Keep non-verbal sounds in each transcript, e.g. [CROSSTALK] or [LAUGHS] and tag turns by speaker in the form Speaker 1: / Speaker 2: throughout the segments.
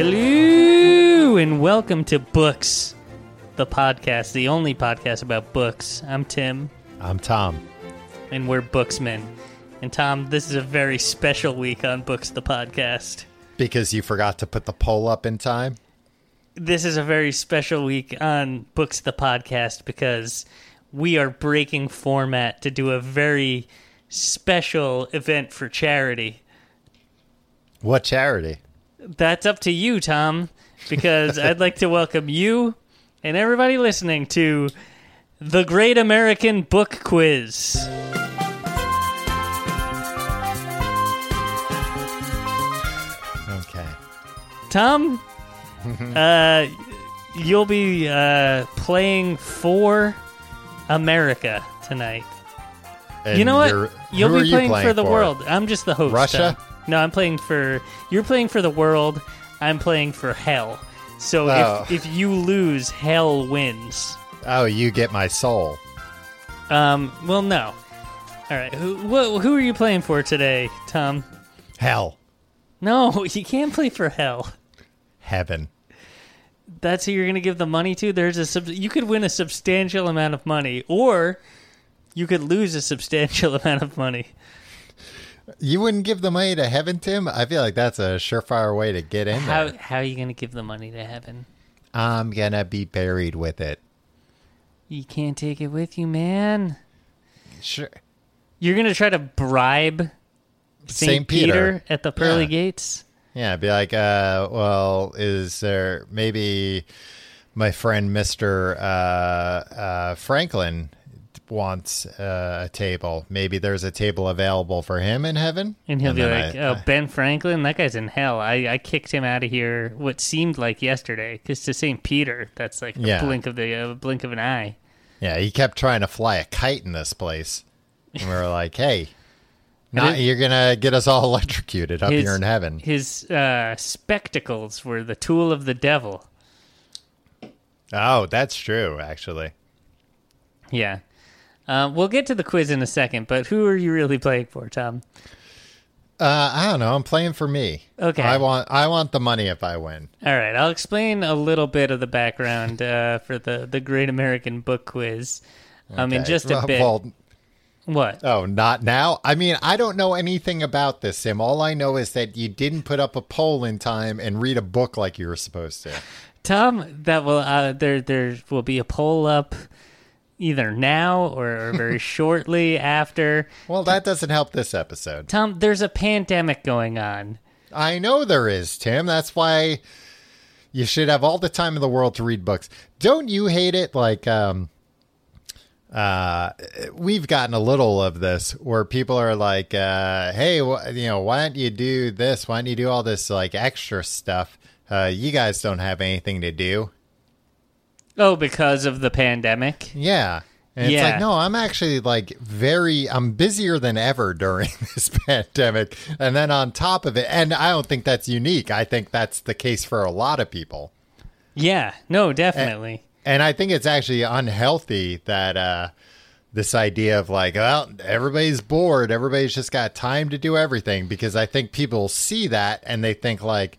Speaker 1: Hello and welcome to Books, the podcast, the only podcast about books. I'm Tim
Speaker 2: I'm Tom.
Speaker 1: and we're booksmen. And Tom, this is a very special week on Books, the podcast.
Speaker 2: Because you forgot to put the poll up in time.
Speaker 1: This is a very special week on Books, the podcast, because we are breaking format to do a very special event for charity.
Speaker 2: What charity?
Speaker 1: That's up to you, Tom, because I'd like to welcome you and everybody listening to the Great American Book Quiz.
Speaker 2: Okay. [LAUGHS]
Speaker 1: Tom, uh, you'll be uh, playing for America tonight.
Speaker 2: And
Speaker 1: you know
Speaker 2: you're-
Speaker 1: what? You'll
Speaker 2: who are
Speaker 1: be
Speaker 2: you
Speaker 1: playing, for the
Speaker 2: for?
Speaker 1: world. I'm just the host.
Speaker 2: Russia?
Speaker 1: Tom. No, I'm playing for. You're playing for the world. I'm playing for hell. So
Speaker 2: Oh.
Speaker 1: if, if you lose, hell wins.
Speaker 2: Oh, you get my soul.
Speaker 1: Um, well, no. All right. Who wh- who are you playing for today, Tom?
Speaker 2: Hell.
Speaker 1: No, [LAUGHS] you can't play for hell.
Speaker 2: Heaven.
Speaker 1: That's who you're going to give the money to. There's a sub- you could win a substantial amount of money, or you could lose a substantial [LAUGHS] amount of money.
Speaker 2: You wouldn't give the money to heaven, Tim? I feel like that's a surefire way to get in
Speaker 1: How
Speaker 2: there.
Speaker 1: how are you going to give the money to heaven?
Speaker 2: I'm going to be buried with it.
Speaker 1: You can't take it with you, man.
Speaker 2: Sure.
Speaker 1: You're going to try to bribe Saint
Speaker 2: Saint Peter.
Speaker 1: at the pearly
Speaker 2: Yeah.
Speaker 1: gates.
Speaker 2: Yeah, be like, uh, well, is there maybe my friend Mr. Uh, uh, Franklin wants uh, a table? Maybe there's a table available for him in heaven?
Speaker 1: And he'll be
Speaker 2: then
Speaker 1: like,
Speaker 2: I- uh,
Speaker 1: "Oh, Ben Franklin, that guy's in hell. I, I kicked him out of here. What seemed like yesterday, because to Saint Peter, that's like
Speaker 2: Yeah.
Speaker 1: a blink of the uh, blink of an eye.
Speaker 2: Yeah, he kept trying to fly a kite in this place. And we were like, [LAUGHS] hey, not,
Speaker 1: didn't-
Speaker 2: you're going to get us all [LAUGHS] electrocuted up
Speaker 1: His-
Speaker 2: here in heaven.
Speaker 1: His uh, spectacles were the tool of the devil.
Speaker 2: Oh, that's true, actually.
Speaker 1: Yeah, uh, we'll get to the quiz in a second. But who are you really playing for, Tom?
Speaker 2: Uh, I don't know. I'm playing for me.
Speaker 1: Okay.
Speaker 2: I want I want the money if I win.
Speaker 1: All right, I'll explain a little bit of the background uh, for the the Great American Book Quiz. Um, in
Speaker 2: Okay.
Speaker 1: just a
Speaker 2: Well,
Speaker 1: bit.
Speaker 2: well,
Speaker 1: what?
Speaker 2: Oh, not now? I mean, I don't know anything about this, Sim. All I know is that you didn't put up a poll in time and read a book like you were supposed to.
Speaker 1: Tom, that will uh, there there will be a poll up either now or, or very shortly after.
Speaker 2: Well, that doesn't help this episode.
Speaker 1: Tom, there's a pandemic going on.
Speaker 2: I know there is, Tim. That's why you should have all the time in the world to read books. Don't you hate it? Like, um, uh, we've gotten a little of this where people are like, uh, hey, wh- you know, why don't you do this? Why don't you do all this like extra stuff? Uh, you guys don't have anything to do.
Speaker 1: Oh, because of the pandemic.
Speaker 2: Yeah. And
Speaker 1: Yeah.
Speaker 2: it's like, no, I'm actually like very, I'm busier than ever during [LAUGHS] this pandemic. And then on top of it, and I don't think that's unique. I think that's the case for a lot of people.
Speaker 1: Yeah, no, definitely.
Speaker 2: And I think it's actually unhealthy that, uh, this idea of like, well, everybody's bored. Everybody's just got time to do everything because I think people see that and they think like,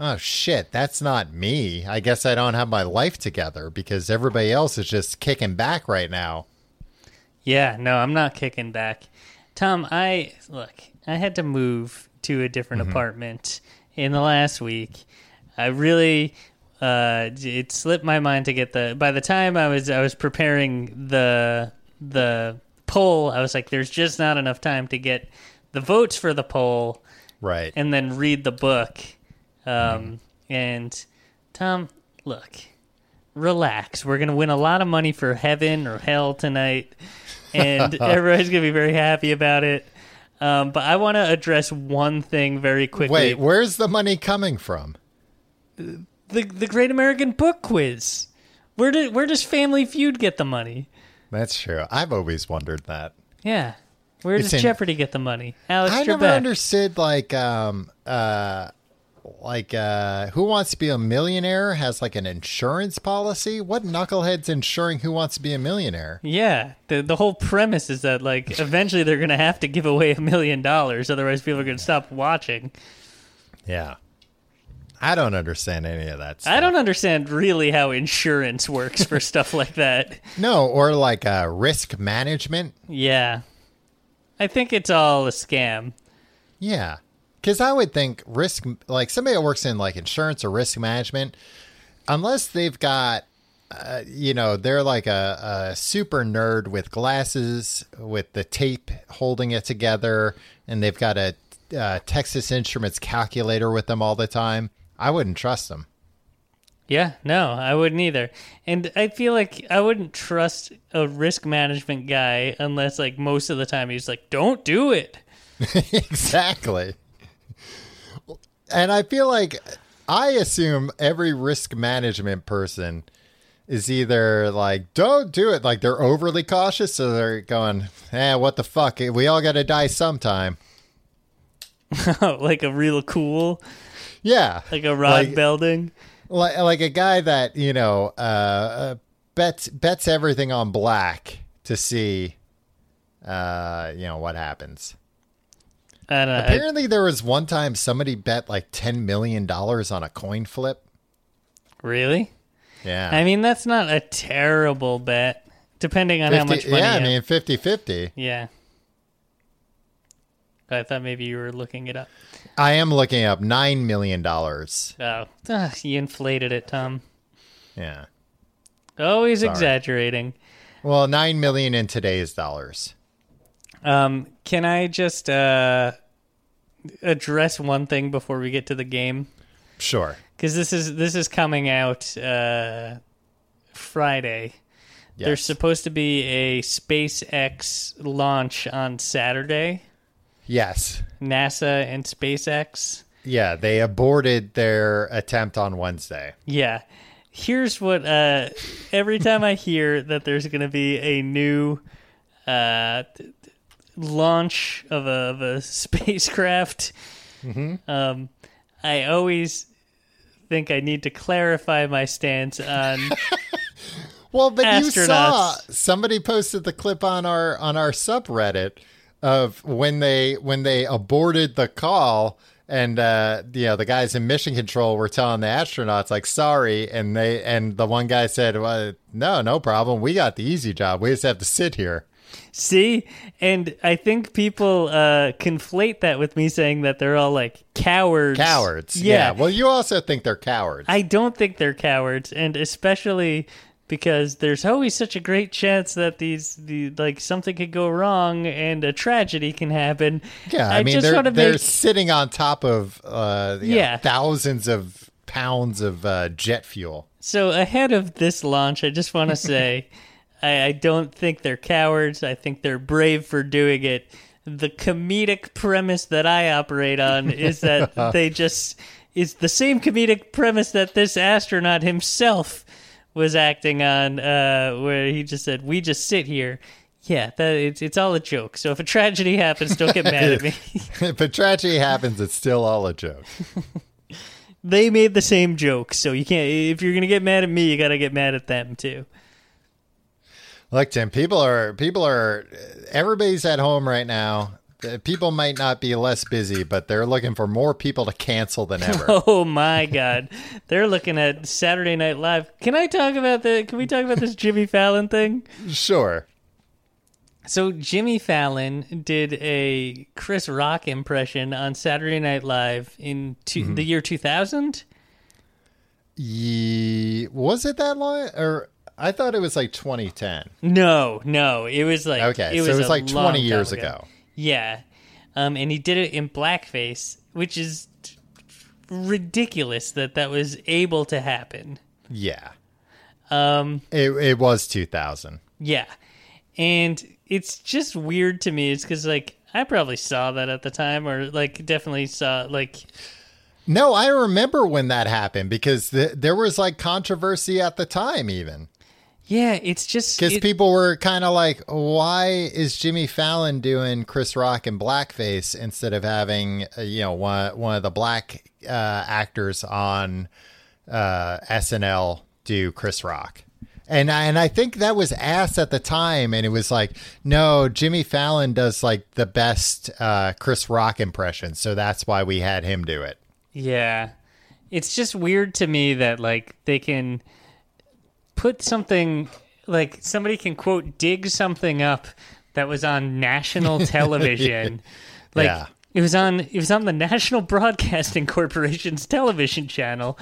Speaker 2: oh shit, that's not me. I guess I don't have my life together because everybody else is just kicking back right now.
Speaker 1: Yeah, no, I'm not kicking back. Tom, I look, I had to move to a different apartment in the last week. I really uh it slipped my mind to get the by the time I was I was preparing the the poll, I was like there's just not enough time to get the votes for the poll
Speaker 2: Right.
Speaker 1: and then read the book. Um
Speaker 2: Mm-hmm.
Speaker 1: and Tom, look. Relax. We're going to win a lot of money for heaven or hell tonight
Speaker 2: [LAUGHS]
Speaker 1: and everybody's going to be very happy about it. Um, but I want to address one thing very quickly.
Speaker 2: Wait, where's the money coming from?
Speaker 1: the the Great American Book Quiz. Where did where does Family Feud get the money?
Speaker 2: That's true. I've always wondered that.
Speaker 1: Yeah. Where
Speaker 2: It's
Speaker 1: does
Speaker 2: in-
Speaker 1: Jeopardy get the money? Alex
Speaker 2: I
Speaker 1: Trebek.
Speaker 2: never understood like um uh like uh who wants to be a millionaire has like an insurance policy. What knuckleheads insuring who wants to be a millionaire?
Speaker 1: Yeah, the the whole premise is that like eventually they're gonna have to give away a million dollars, otherwise people are gonna stop watching.
Speaker 2: Yeah. I don't understand any of that. Stuff.
Speaker 1: I don't understand really how insurance works for stuff like that.
Speaker 2: No, or like uh, risk management.
Speaker 1: Yeah. I think it's all a scam.
Speaker 2: Yeah. Because I would think risk, like somebody that works in like insurance or risk management, unless they've got, uh, you know, they're like a, a super nerd with glasses with the tape holding it together, and they've got a uh, Texas Instruments calculator with them all the time. I wouldn't trust them.
Speaker 1: Yeah, no, I wouldn't either. And I feel like I wouldn't trust a risk management guy unless, like, most of the time he's like, don't do it. [LAUGHS]
Speaker 2: [LAUGHS] exactly. And I feel like I assume every risk management person is either like, don't do it. Like, they're overly cautious. So they're going, eh, what the fuck? We all got to die sometime.
Speaker 1: like a real cool,
Speaker 2: Yeah.
Speaker 1: like a Rod
Speaker 2: Like-
Speaker 1: Belding.
Speaker 2: like like a guy that you know uh, uh, bets bets everything on black to see uh you know what happens
Speaker 1: I don't know. I-
Speaker 2: apparently there was one time somebody bet like 10 million dollars on a coin flip
Speaker 1: really?
Speaker 2: yeah
Speaker 1: I mean, that's not a terrible bet, depending on how
Speaker 2: 50
Speaker 1: much money.
Speaker 2: yeah
Speaker 1: you
Speaker 2: i
Speaker 1: have.
Speaker 2: mean 50 50
Speaker 1: yeah. I thought maybe you were looking it up.
Speaker 2: i am looking up 9 million dollars
Speaker 1: Oh, Ugh, you inflated it, Tom.
Speaker 2: yeah
Speaker 1: Always
Speaker 2: Sorry.
Speaker 1: exaggerating.
Speaker 2: well 9 million in today's dollars
Speaker 1: Um, can I just uh, address one thing before we get to the game?
Speaker 2: sure
Speaker 1: Because this is this is coming out uh, Friday.
Speaker 2: yes.
Speaker 1: There's supposed to be a SpaceX launch on Saturday.
Speaker 2: yes
Speaker 1: NASA and SpaceX.
Speaker 2: yeah they aborted their attempt on wednesday
Speaker 1: Yeah. Here's what uh, every time I hear that there's going to be a new uh, th- th- launch of a, of a [LAUGHS] spacecraft, um, I always think I need to clarify my stance on.
Speaker 2: Well, but you saw
Speaker 1: Astronauts.
Speaker 2: somebody posted the clip on our on our subreddit of when they when they aborted the call and uh you know the guys in mission control were telling the astronauts like sorry and they and the one guy said well, no no problem we got the easy job we just have to sit here
Speaker 1: See? And I think people uh, conflate that with me saying that they're all like cowards.
Speaker 2: cowards
Speaker 1: Yeah.
Speaker 2: well you also think they're cowards
Speaker 1: I don't think they're cowards, and especially because there's always such a great chance that these the like something could go wrong and a tragedy can happen.
Speaker 2: yeah I, mean
Speaker 1: just
Speaker 2: they're
Speaker 1: want to
Speaker 2: they're
Speaker 1: make
Speaker 2: sitting on top of uh you know,
Speaker 1: Yeah.
Speaker 2: thousands of pounds of uh, jet fuel [LAUGHS]
Speaker 1: so ahead of this launch. I just want to say, I, I don't think they're cowards. I think they're brave for doing it. The comedic premise that I operate on is that they just is the same comedic premise that this astronaut himself was acting on, uh, where he just said, "We just sit here." Yeah, that it's it's all a joke. So if a tragedy happens, don't get mad at me.
Speaker 2: if a tragedy happens it's still all a joke
Speaker 1: they made the same joke, so you can't. If you're gonna get mad at me, you gotta get mad at them too.
Speaker 2: Look, Tim, people are people are everybody's at home right now. Uh, People might not be less busy, but they're looking for more people to cancel than ever.
Speaker 1: Oh my God, they're looking at Saturday Night Live. Can I talk about the? Can we talk about this Jimmy Fallon thing?
Speaker 2: sure.
Speaker 1: So Jimmy Fallon did a Chris Rock impression on Saturday Night Live in two,
Speaker 2: Mm-hmm.
Speaker 1: the year two thousand.
Speaker 2: Ye- was it that long or I thought it was like 2010.
Speaker 1: No, no, it was like
Speaker 2: Okay,
Speaker 1: it was
Speaker 2: so it was
Speaker 1: a
Speaker 2: like
Speaker 1: long
Speaker 2: 20 years
Speaker 1: time
Speaker 2: ago.
Speaker 1: Yeah, um, and he did it in blackface, which is t- ridiculous that that was able to happen.
Speaker 2: Yeah.
Speaker 1: Um,
Speaker 2: It it was 2000.
Speaker 1: Yeah. And it's just weird to me. It's because, like, I probably saw that at the time, or, like, definitely saw, like,
Speaker 2: No, I remember when that happened because th- there was like controversy at the time even.
Speaker 1: yeah, it's just.
Speaker 2: Because
Speaker 1: it-
Speaker 2: people were kind of like, why is Jimmy Fallon doing Chris Rock in blackface instead of having, uh, you know, one, one of the black uh, actors on uh, SNL do Chris Rock? And I, and I think that was asked at the time, and it was like, no, Jimmy Fallon does like the best uh, Chris Rock impression, so that's why we had him do it.
Speaker 1: yeah. it's just weird to me that like they can put something like somebody can quote dig something up that was on national television like
Speaker 2: Yeah.
Speaker 1: it was on it was on the national broadcasting corporation's television channel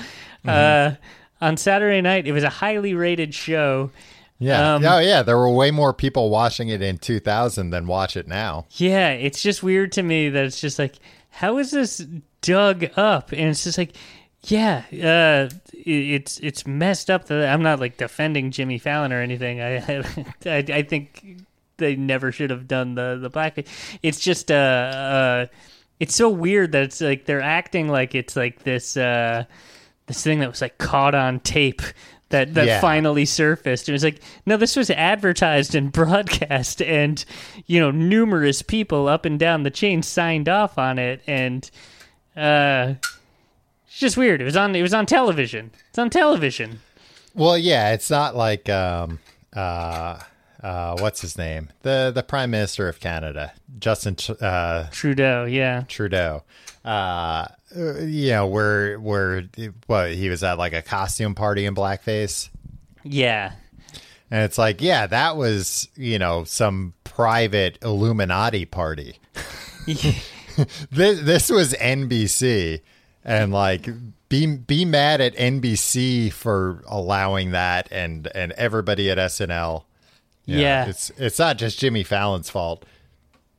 Speaker 1: uh, on saturday night it was a highly rated show
Speaker 2: Yeah.
Speaker 1: Um,
Speaker 2: oh, yeah. There were way more people watching it in 2000 than watch it now.
Speaker 1: Yeah, it's just weird to me that it's just like, how is this dug up? And it's just like, yeah, uh, it- it's it's messed up. That I'm not like defending Jimmy Fallon or anything. I [LAUGHS] I, I, I think they never should have done the the blackface. It's just uh, uh, it's so weird that it's like they're acting like it's like this uh, this thing that was like caught on tape. That, that
Speaker 2: Yeah.
Speaker 1: finally surfaced. It was like, no, this was advertised and [LAUGHS] broadcast, and you know, numerous people up and down the chain signed off on it, and uh, it's just weird. It was on. It was on television. It's on television.
Speaker 2: Well, yeah. It's not like, um, uh, uh, what's his name? The the Prime Minister of Canada, Justin Tr- uh,
Speaker 1: Trudeau, yeah,
Speaker 2: Trudeau. Uh, uh, you know, where where what he was at like a costume party in blackface.
Speaker 1: yeah,
Speaker 2: And it's like, yeah, that was, you know, some private Illuminati party. this, this was NBC. And like, be be mad at NBC for allowing that and and everybody at SNL. You know,
Speaker 1: yeah.
Speaker 2: It's it's not just Jimmy Fallon's fault.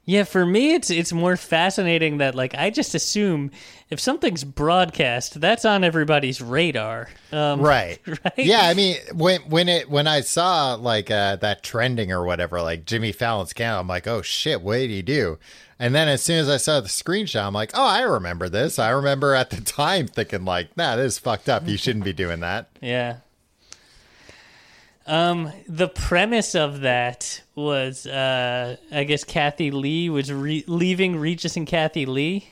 Speaker 1: Yeah, for me, it's it's more fascinating that like I just assume if something's broadcast, that's on everybody's radar. [LAUGHS] Um,
Speaker 2: right
Speaker 1: Right?
Speaker 2: yeah i mean when when it when i saw like uh that trending or whatever like jimmy fallon's count i'm like oh shit what did he do and then as soon as i saw the screenshot i'm like oh i remember this i remember at the time thinking like nah this is fucked up you shouldn't be doing that
Speaker 1: Yeah. Um, the premise of that was, uh, I guess Kathy Lee was re- leaving Regis and Kathy Lee.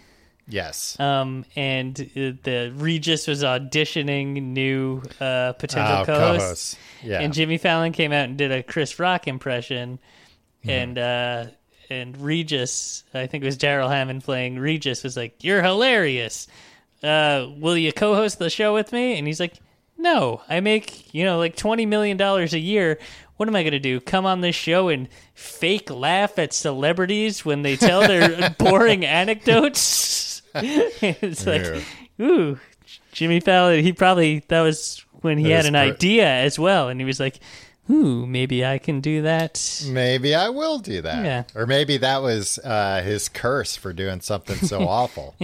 Speaker 2: yes
Speaker 1: Um, and uh, the Regis was auditioning new uh, potential
Speaker 2: Oh,
Speaker 1: co-hosts.
Speaker 2: co-hosts. yeah
Speaker 1: And Jimmy Fallon came out and did a Chris Rock impression, and uh, and Regis, I think it was Daryl Hammond playing Regis, was like, "You're hilarious. Uh, will you co-host the show with me?" And he's like, "No, I make you know like twenty million dollars a year. What am I gonna do? Come on this show and fake laugh at celebrities when they tell their boring anecdotes?" [LAUGHS] it's like, ooh, Jimmy Fallon. He probably that was when he
Speaker 2: That
Speaker 1: had
Speaker 2: is
Speaker 1: an
Speaker 2: cor-
Speaker 1: idea idea as well, and he was like, "Ooh, maybe I can do that."
Speaker 2: maybe i will do that
Speaker 1: Yeah.
Speaker 2: or maybe that was uh his curse for doing something
Speaker 1: [LAUGHS]
Speaker 2: so awful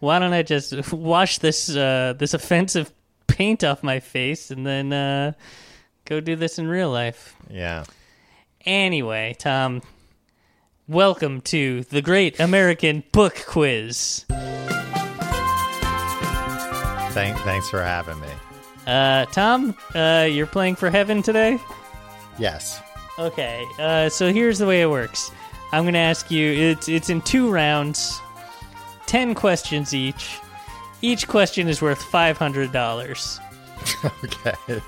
Speaker 1: Why don't I just [LAUGHS] wash this uh, this offensive paint off my face and then uh, go do this in real life?
Speaker 2: yeah
Speaker 1: Anyway, Tom, welcome to the Great American Book Quiz.
Speaker 2: Thank, thanks for having me
Speaker 1: Uh, Tom, uh, you're playing for heaven today.
Speaker 2: yes
Speaker 1: Okay, uh, so here's the way it works. I'm gonna ask you. It's it's in two rounds, ten questions each. Each question is worth five hundred dollars.
Speaker 2: [LAUGHS] Okay.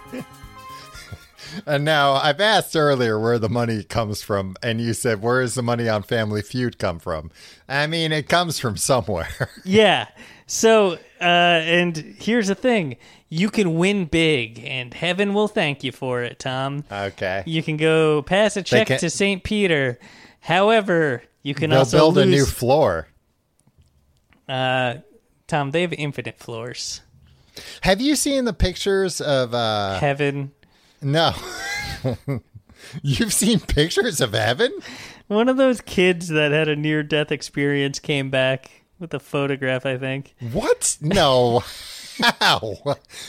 Speaker 2: and now I've asked earlier where the money comes from, and you said, Where does the money on Family Feud come from? I mean, it comes from somewhere. [LAUGHS]
Speaker 1: Yeah. So, uh, and here's the thing: you can win big, and heaven will thank you for it, Tom.
Speaker 2: okay.
Speaker 1: You can go pass a check
Speaker 2: can-
Speaker 1: to St. Peter. However, you can
Speaker 2: They'll
Speaker 1: also
Speaker 2: build a new
Speaker 1: lose.
Speaker 2: floor.
Speaker 1: uh, Tom, they have infinite floors.
Speaker 2: Have you seen the pictures of, uh,
Speaker 1: Heaven.
Speaker 2: no. [LAUGHS] You've seen pictures of heaven?
Speaker 1: One of those kids that had a near death experience came back with a photograph, I think.
Speaker 2: What? No. How?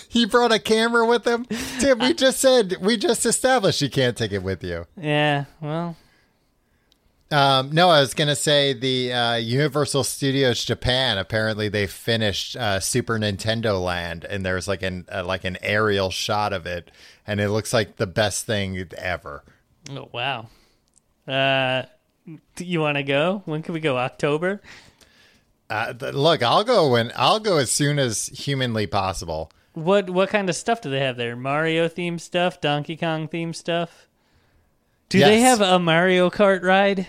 Speaker 2: He brought a camera with him? Tim, we just said, we just established you can't take it with you.
Speaker 1: Yeah, well,
Speaker 2: Um, no, I was gonna say the uh, Universal Studios Japan. Apparently, they finished uh, Super Nintendo Land, and there's like an uh, like an aerial shot of it, and it looks like the best thing ever.
Speaker 1: oh, wow. Uh, do you want to go? When can we go? October?
Speaker 2: Uh, th- look, I'll go when I'll go as soon as humanly possible.
Speaker 1: What what kind of stuff do they have there? Mario theme stuff, Donkey Kong theme stuff. Do they
Speaker 2: Yes.
Speaker 1: have a Mario Kart ride?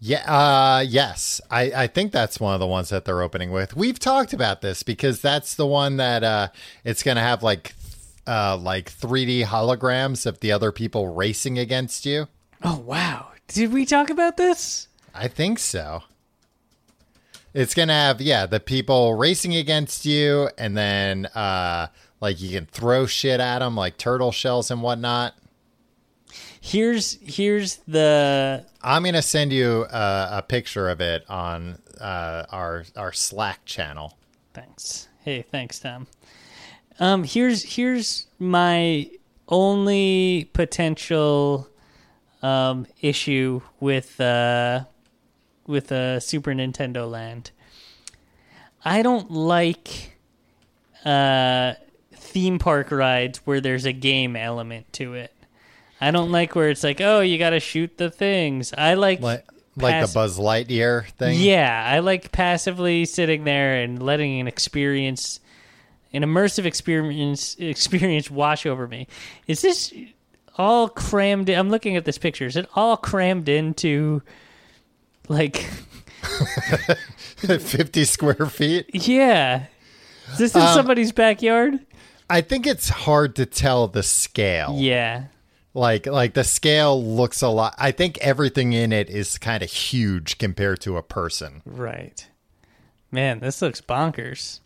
Speaker 2: Yeah, uh, yes. I, I think that's one of the ones that they're opening with. We've talked about this because that's the one that uh, it's going to have like uh, like 3D holograms of the other people racing against you.
Speaker 1: Oh wow! Did we talk about this?
Speaker 2: I think so. It's going to have yeah, the people racing against you and then uh like you can throw shit at them like turtle shells and whatnot.
Speaker 1: Here's here's the
Speaker 2: I'm going to send you a, a picture of it on uh, our our Slack channel.
Speaker 1: thanks. Hey, thanks, Tom. Um, here's here's my only potential um, issue with uh, with uh, Super Nintendo Land. I don't like uh, theme park rides where there's a game element to it. I don't like where it's like, oh, you got to shoot the things. I like
Speaker 2: Like like
Speaker 1: pass-
Speaker 2: the Buzz Lightyear thing.
Speaker 1: yeah, I like passively sitting there and letting an experience, an immersive experience, experience wash over me. Is this all crammed? I'm looking at this picture. Is it all crammed into, like, [LAUGHS]
Speaker 2: [LAUGHS] 50 square feet.
Speaker 1: yeah? Is this in somebody's backyard?
Speaker 2: I think it's hard to tell the scale.
Speaker 1: Yeah,
Speaker 2: Like like the scale looks a lot. I think everything in it is kind of huge compared to a person.
Speaker 1: right. Man, this looks bonkers.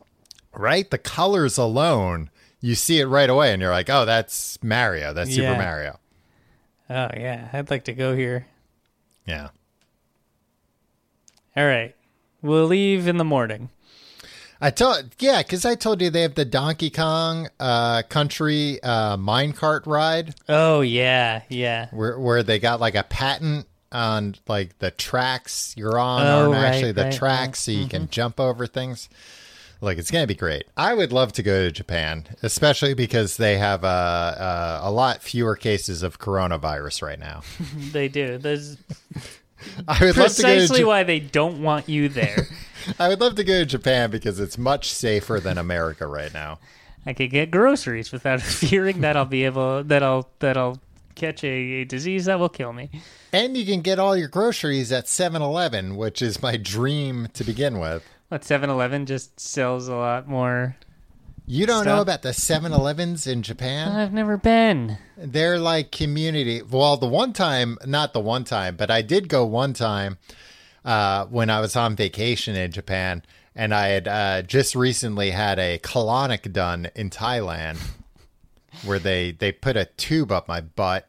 Speaker 2: Right? The colors alone, you see it right away and you're like, "Oh, that's Mario. That's
Speaker 1: Yeah.
Speaker 2: Super Mario."
Speaker 1: Oh yeah, I'd like to go here.
Speaker 2: Yeah.
Speaker 1: All right, we'll leave in the morning.
Speaker 2: I told yeah, cuz I told you they have the Donkey Kong uh country uh minecart ride
Speaker 1: Oh yeah, yeah.
Speaker 2: where where they got like a patent on like the tracks you're on
Speaker 1: Oh,
Speaker 2: aren't actually
Speaker 1: right,
Speaker 2: the
Speaker 1: right, Mm-hmm.
Speaker 2: tracks so you can jump over things. Like it's gonna be great. I would love to go to Japan, especially because they have uh, uh, a lot fewer cases of coronavirus right now. [LAUGHS]
Speaker 1: They do. There's
Speaker 2: I would love to go. To
Speaker 1: precisely
Speaker 2: Ja-
Speaker 1: why they don't want you there.
Speaker 2: [LAUGHS] I would love to go to Japan because it's much safer than America right now.
Speaker 1: I could get groceries without [LAUGHS] fearing that I'll be able that I'll that I'll catch a, a disease that will kill me.
Speaker 2: And you can get all your groceries at 7-Eleven, which is my dream to begin with.
Speaker 1: What 7-Eleven just sells a lot more.
Speaker 2: You don't know
Speaker 1: Stop.
Speaker 2: about the 7-Elevens in Japan?
Speaker 1: I've never been.
Speaker 2: they're like community well the one time not the one time but i did go one time uh, when i was on vacation in japan and i had uh, just recently had a colonic done in thailand where they they put a tube up my butt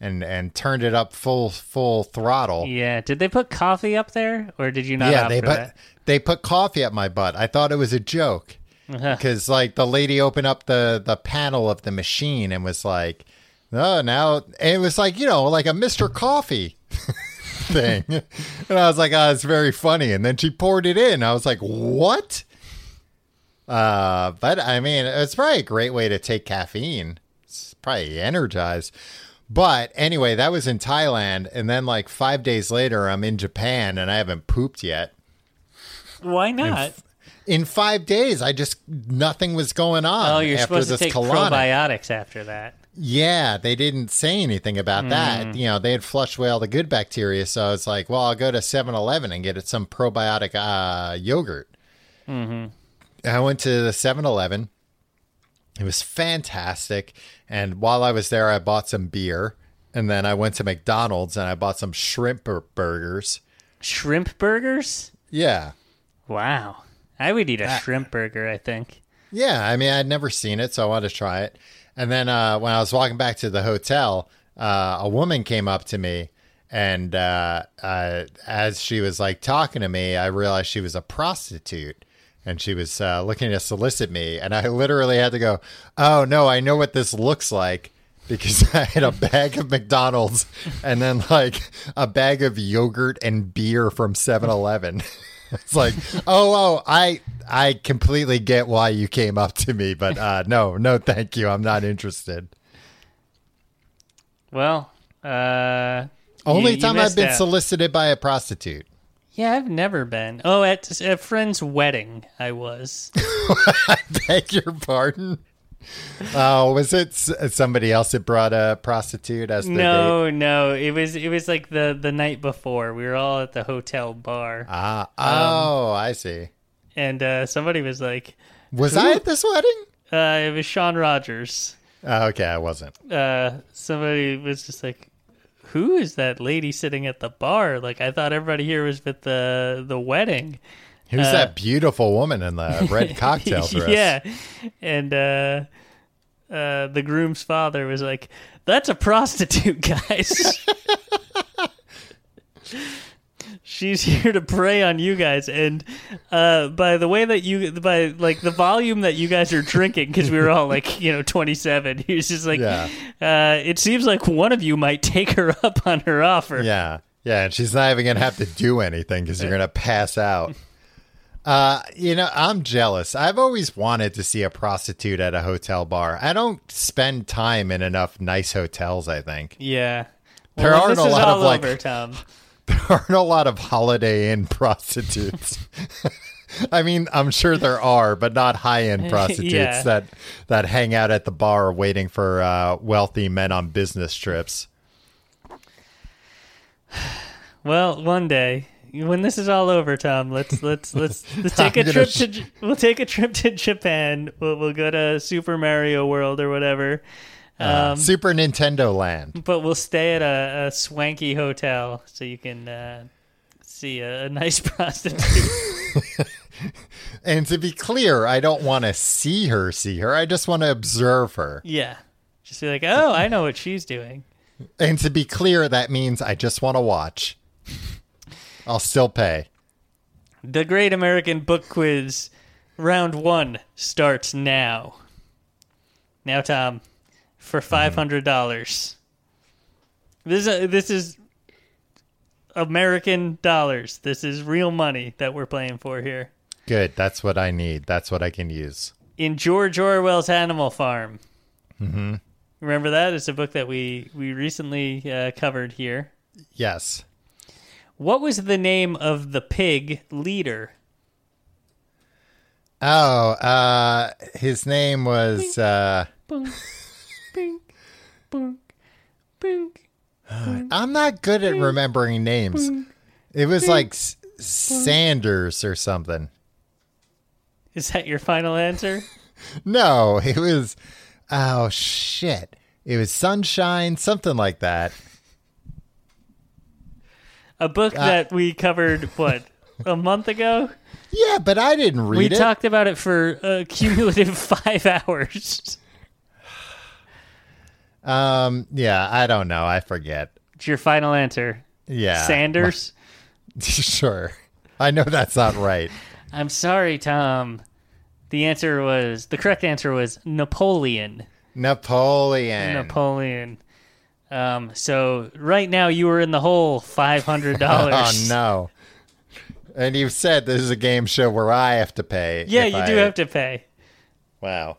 Speaker 2: and and turned it up full full throttle
Speaker 1: Yeah, did they put coffee up there or did you not
Speaker 2: yeah
Speaker 1: opt
Speaker 2: they
Speaker 1: for
Speaker 2: put
Speaker 1: that?
Speaker 2: they put coffee up my butt i thought it was a joke
Speaker 1: Uh-huh.
Speaker 2: because like the lady opened up the the panel of the machine and was like oh now and it was like you know like a mr coffee [LAUGHS] thing and i was like oh it's very funny and then she poured it in i was like what uh but i mean it's probably a great way to take caffeine it's probably energized but anyway that was in thailand and then like five days later i'm in japan and i haven't pooped yet
Speaker 1: Why not?
Speaker 2: in five days i just nothing was going on
Speaker 1: Oh, you're
Speaker 2: after
Speaker 1: supposed to
Speaker 2: this
Speaker 1: take
Speaker 2: colonic.
Speaker 1: probiotics after that.
Speaker 2: yeah they didn't say anything about
Speaker 1: Hmm.
Speaker 2: that you know they had flushed away all the good bacteria so i was like well i'll go to 7-eleven and get it some probiotic uh, yogurt
Speaker 1: Mm-hmm.
Speaker 2: i went to the 7-eleven it was fantastic and while i was there i bought some beer and then i went to mcdonald's and i bought some shrimp bur- burgers
Speaker 1: Shrimp burgers?
Speaker 2: yeah
Speaker 1: Wow. I would eat a
Speaker 2: Ah.
Speaker 1: shrimp burger, I think.
Speaker 2: Yeah, I mean, I'd never seen it, so I wanted to try it. And then uh, when I was walking back to the hotel, uh, a woman came up to me, and uh, uh, as she was like talking to me, I realized she was a prostitute, and she was uh, looking to solicit me. And I [LAUGHS] literally had to go, "Oh no, I know what this looks like." Because [LAUGHS] I had a bag of McDonald's and then like a bag of yogurt and beer from 7 Eleven. [LAUGHS] It's like, oh, oh, I, I completely get why you came up to me, but uh, no, no, thank you, I'm not interested.
Speaker 1: Well, uh
Speaker 2: Only
Speaker 1: you- you
Speaker 2: time I've
Speaker 1: missed
Speaker 2: been
Speaker 1: out.
Speaker 2: solicited by a prostitute. [LAUGHS]
Speaker 1: Yeah, I've never been. Oh,
Speaker 2: [LAUGHS]
Speaker 1: at at a friend's wedding, I was.
Speaker 2: Beg your pardon. Oh, was it s- somebody else that brought a prostitute as the date?
Speaker 1: No, no, it was it was like the the night before. We were all at the hotel bar,
Speaker 2: Ah, oh,
Speaker 1: Um,
Speaker 2: I see.
Speaker 1: and uh, somebody was like,
Speaker 2: Was I at this wedding?
Speaker 1: uh, "It was Sean Rogers."
Speaker 2: Oh, okay, I wasn't.
Speaker 1: Uh, somebody was just like, "Who is that lady sitting at the bar?" Like I thought everybody here was with the the wedding.
Speaker 2: Who's
Speaker 1: Uh,
Speaker 2: that beautiful woman in the
Speaker 1: [LAUGHS]
Speaker 2: red cocktail dress?
Speaker 1: yeah, and uh, uh, the groom's father was like, "That's a prostitute,
Speaker 2: [LAUGHS]
Speaker 1: guys." She's here to prey on you guys, and uh, by the way that you, by like the volume that you guys are drinking, because we were all like, you know, twenty-seven. [LAUGHS] He was just like,
Speaker 2: Yeah.
Speaker 1: uh, it seems like one of you might take her up on her offer.
Speaker 2: Yeah. Yeah. And she's not even going to have to do anything because you're going to pass
Speaker 1: [LAUGHS]
Speaker 2: out. Uh, you know, I'm jealous. I've always wanted to see a prostitute at a hotel bar. I don't spend time in enough nice hotels, I think. [LAUGHS]
Speaker 1: yeah.
Speaker 2: There
Speaker 1: Well,
Speaker 2: aren't
Speaker 1: this
Speaker 2: a
Speaker 1: is
Speaker 2: lot of,
Speaker 1: all
Speaker 2: like-
Speaker 1: over, Tom.
Speaker 2: There aren't a lot of Holiday Inn [LAUGHS] prostitutes. [LAUGHS] I mean, I'm sure there are, but not high-end
Speaker 1: [LAUGHS]
Speaker 2: prostitutes
Speaker 1: Yeah.
Speaker 2: that that hang out at the bar waiting for uh, wealthy men on business trips.
Speaker 1: Well, one day when this is all over, Tom, let's
Speaker 2: [LAUGHS]
Speaker 1: let's let's, let's take
Speaker 2: I'm
Speaker 1: a
Speaker 2: gonna
Speaker 1: trip
Speaker 2: sh-
Speaker 1: to J- we'll take a trip to Japan. We'll, we'll go to Super Mario World or whatever. Um,
Speaker 2: Uh, Super Nintendo Land.
Speaker 1: but we'll stay at a, a swanky hotel so you can uh, see a, a nice [LAUGHS] prostitute.
Speaker 2: And to be clear, I don't want to see her see her. I just want to observe her.
Speaker 1: yeah, just be like, oh, I know what she's doing.
Speaker 2: And to be clear, that means I just want to watch. I'll still pay.
Speaker 1: The Great American Book Quiz round one starts now. Now, Tom, for five hundred dollars. This is this is American dollars. This is real money that we're playing for here.
Speaker 2: Good. That's what I need. That's what I can use.
Speaker 1: In George Orwell's Animal Farm. Mm-hmm. Remember that? It's a book that we we recently uh, covered here.
Speaker 2: Yes.
Speaker 1: What was the name of the pig leader?
Speaker 2: Oh, uh his name was uh
Speaker 1: Bunk, bink, bunk, bink.
Speaker 2: I'm not good at remembering names. It was like S- Sanders or something.
Speaker 1: Is that your final answer?
Speaker 2: No, [LAUGHS] it was oh shit. It was Sunshine, something like that.
Speaker 1: A book
Speaker 2: Uh,
Speaker 1: that we covered what a month ago.
Speaker 2: Yeah, but I didn't read
Speaker 1: We
Speaker 2: it.
Speaker 1: talked about it for a cumulative [LAUGHS] five hours.
Speaker 2: Um, yeah, I don't know. I forget.
Speaker 1: It's your final answer,
Speaker 2: Yeah.
Speaker 1: Sanders.
Speaker 2: [LAUGHS] sure. I know that's not right.
Speaker 1: I'm sorry, Tom. The answer was the correct answer was Napoleon.
Speaker 2: Napoleon.
Speaker 1: Napoleon. Um, so right now you are in the hole five hundred
Speaker 2: [LAUGHS] oh
Speaker 1: dollars.
Speaker 2: no. And you've said this is a game show where I have to pay.
Speaker 1: Yeah,
Speaker 2: if
Speaker 1: you
Speaker 2: I-
Speaker 1: do have to pay.
Speaker 2: Wow.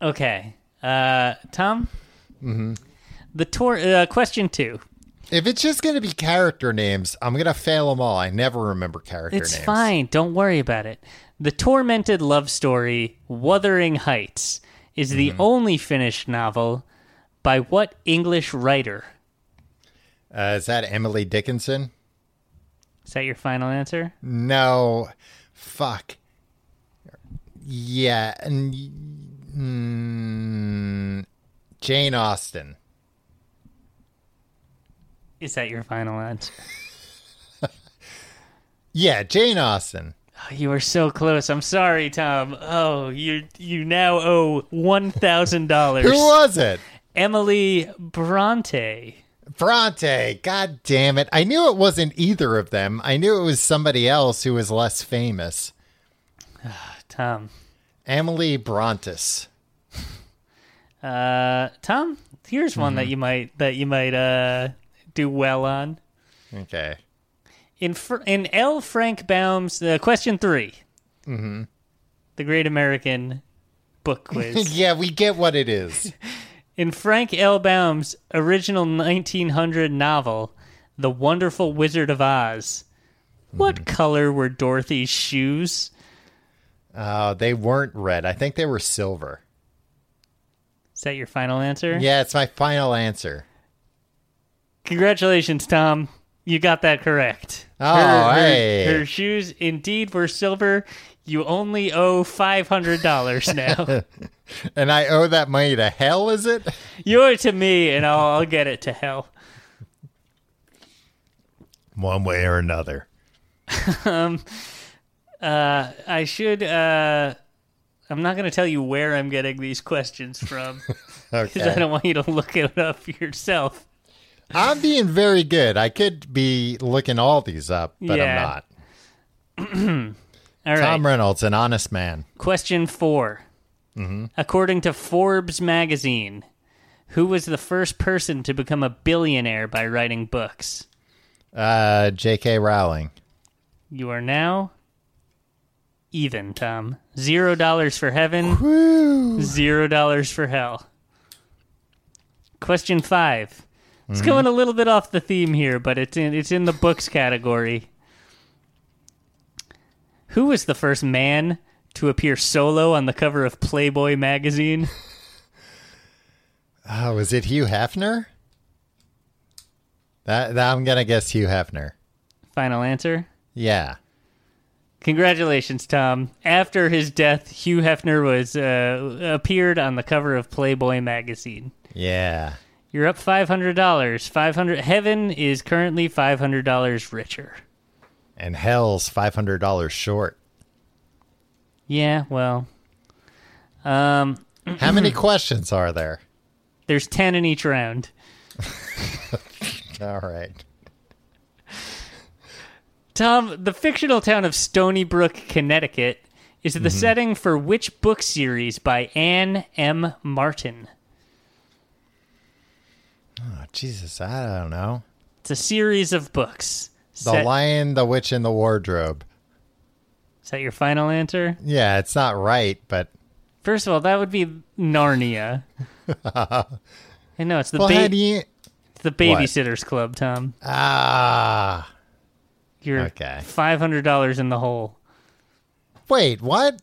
Speaker 1: Okay, uh, Tom. Mm-hmm. The tour uh, question two.
Speaker 2: If it's just going to be character names, I'm going to fail them all. I never remember character
Speaker 1: It's
Speaker 2: names.
Speaker 1: fine. Don't worry about it. The tormented love story, Wuthering Heights, is the only finished novel by what English writer?
Speaker 2: Uh, is that Emily Dickinson?
Speaker 1: Is that your final answer?
Speaker 2: No. Fuck. Yeah. And, mm, Jane Austen.
Speaker 1: Is that your final answer?
Speaker 2: Yeah, Jane Austen.
Speaker 1: Oh, you are so close. I'm sorry, Tom. Oh, you you now owe one thousand dollars.
Speaker 2: [LAUGHS] Who was it?
Speaker 1: Emily Bronte.
Speaker 2: Bronte. God damn it. I knew it wasn't either of them. I knew it was somebody else who was less famous.
Speaker 1: Tom.
Speaker 2: Emily Brontes.
Speaker 1: Uh, Tom. Here's one that you might that you might uh do well on.
Speaker 2: Okay.
Speaker 1: In Fr- in L. Frank Baum's uh, question 3 mm-hmm. the Great American Book Quiz.
Speaker 2: [LAUGHS] Yeah, we get what it [LAUGHS] is.
Speaker 1: in Frank L. Baum's original 1900 novel, The Wonderful Wizard of Oz,
Speaker 2: Mm-hmm.
Speaker 1: what color were Dorothy's shoes?
Speaker 2: Oh, Uh, they weren't red. I think they were silver.
Speaker 1: Is that your final answer?
Speaker 2: Yeah, it's my final answer.
Speaker 1: Congratulations, Tom. You got that correct.
Speaker 2: Oh,
Speaker 1: her,
Speaker 2: hey.
Speaker 1: her, her shoes indeed were silver. You only owe five hundred dollars
Speaker 2: [LAUGHS]
Speaker 1: now.
Speaker 2: And I owe that money to hell, is it?
Speaker 1: you owe it to me, and I'll, I'll get it to hell.
Speaker 2: One way or another.
Speaker 1: Uh, I should. Uh, I'm not going to tell you where I'm getting these questions
Speaker 2: [LAUGHS]
Speaker 1: from because [LAUGHS] I
Speaker 2: Okay.
Speaker 1: don't want you to look it up yourself.
Speaker 2: I'm being very good. I could be looking all these up, but
Speaker 1: Yeah.
Speaker 2: I'm not.
Speaker 1: All right.
Speaker 2: Tom Reynolds, an honest man.
Speaker 1: Question 4
Speaker 2: Mm-hmm.
Speaker 1: According to Forbes magazine, who was the first person to become a billionaire by writing books?
Speaker 2: Uh, J.K. Rowling.
Speaker 1: You are now even, Tom. Zero dollars for heaven, zero dollars for hell. Question 5 It's going a little bit off the theme here, but it's in, it's in the books category. Who was the first man to appear solo on the cover of Playboy magazine?
Speaker 2: Oh, is it Hugh Hefner? That, that I'm gonna guess Hugh Hefner.
Speaker 1: Final answer.
Speaker 2: Yeah.
Speaker 1: Congratulations, Tom. After his death, Hugh Hefner was uh, appeared on the cover of Playboy magazine.
Speaker 2: Yeah.
Speaker 1: You're up five hundred dollars. Five hundred. Heaven is currently five hundred dollars richer.
Speaker 2: And hell's five hundred dollars short.
Speaker 1: Yeah. Well, um, [CLEARS THROAT]
Speaker 2: How many questions are there?
Speaker 1: there's ten in each round.
Speaker 2: All right.
Speaker 1: Tom, the fictional town of Stony Brook, Connecticut, is the
Speaker 2: Mm-hmm.
Speaker 1: setting for which book series by Anne M. Martin?
Speaker 2: Oh, Jesus, I don't know.
Speaker 1: It's a series of books.
Speaker 2: The
Speaker 1: Set-
Speaker 2: Lion, the Witch, and the Wardrobe.
Speaker 1: is that your final answer?
Speaker 2: Yeah, it's not right, but
Speaker 1: First of all, that would be
Speaker 2: [LAUGHS]
Speaker 1: Narnia. I know it's the
Speaker 2: well,
Speaker 1: ba-
Speaker 2: how do you?
Speaker 1: it's the Babysitters Club, Tom.
Speaker 2: Ah,
Speaker 1: You're
Speaker 2: Okay.
Speaker 1: five hundred dollars in the hole.
Speaker 2: wait, what?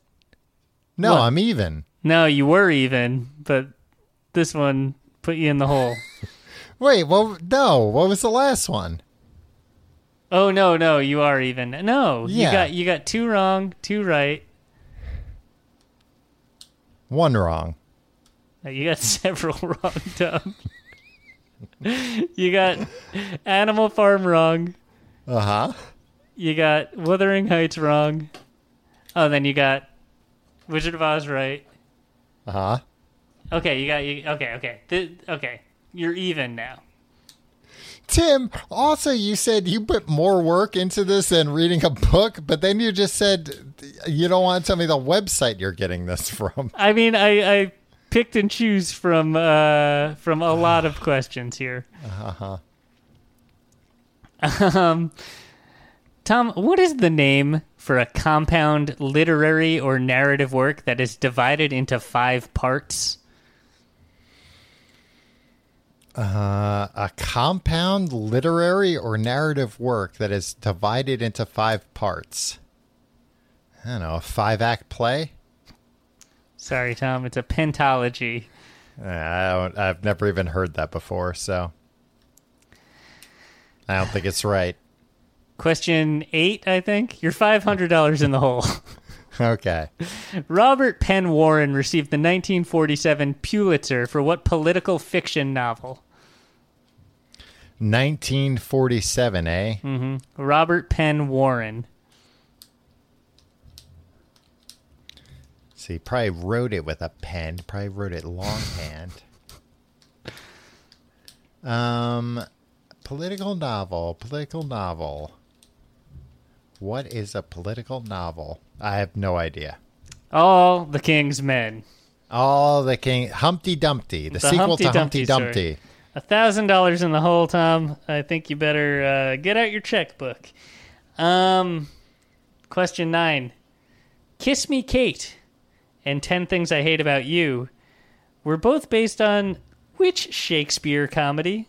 Speaker 2: No,
Speaker 1: What?
Speaker 2: I'm even.
Speaker 1: No, you were even, but this one put you in the hole.
Speaker 2: Wait, well, no. What was the last one?
Speaker 1: oh no, no, you are even. No, you
Speaker 2: Yeah.
Speaker 1: got you got two wrong, two right.
Speaker 2: One wrong.
Speaker 1: No, You got [LAUGHS] several wrong, Tom. you got Animal Farm wrong.
Speaker 2: Uh huh.
Speaker 1: You got Wuthering Heights wrong. Oh, then you got Wizard of Oz right.
Speaker 2: Uh huh.
Speaker 1: Okay, you got you. Okay, okay, Th- okay. You're even now.
Speaker 2: Tim, also, you said you put more work into this than reading a book, but then you just said you don't want to tell me the website you're getting this from.
Speaker 1: I mean, I, I picked and choose from uh, from a lot of questions here. Uh-huh. Um, Tom, what is the name for a compound literary or narrative work that is divided into five parts?
Speaker 2: [LAUGHS] Uh, a compound literary or narrative work that is divided into five parts. I don't know, a five act play?
Speaker 1: Sorry, Tom, it's a pentology.
Speaker 2: Uh, I don't, I've never even heard that before, so I don't think it's right.
Speaker 1: Question eight, I think. You're five hundred dollars in the hole. [LAUGHS]
Speaker 2: Okay.
Speaker 1: Robert Penn Warren received the 1947 Pulitzer for what political fiction novel?
Speaker 2: 1947, eh?
Speaker 1: Hmm. Robert Penn Warren.
Speaker 2: So he probably wrote it with a pen. Probably wrote it longhand. um, political novel. Political novel. What is a political novel? I have no idea.
Speaker 1: All the King's Men.
Speaker 2: All the King Humpty Dumpty, the,
Speaker 1: The
Speaker 2: sequel
Speaker 1: Humpty
Speaker 2: to Humpty
Speaker 1: Dumpty story.
Speaker 2: Dumpty.
Speaker 1: A thousand dollars in the hole, Tom. I think you better uh, get out your checkbook. Um, question nine: "Kiss Me, Kate," and "10 Things I Hate About You" were both based on which Shakespeare comedy?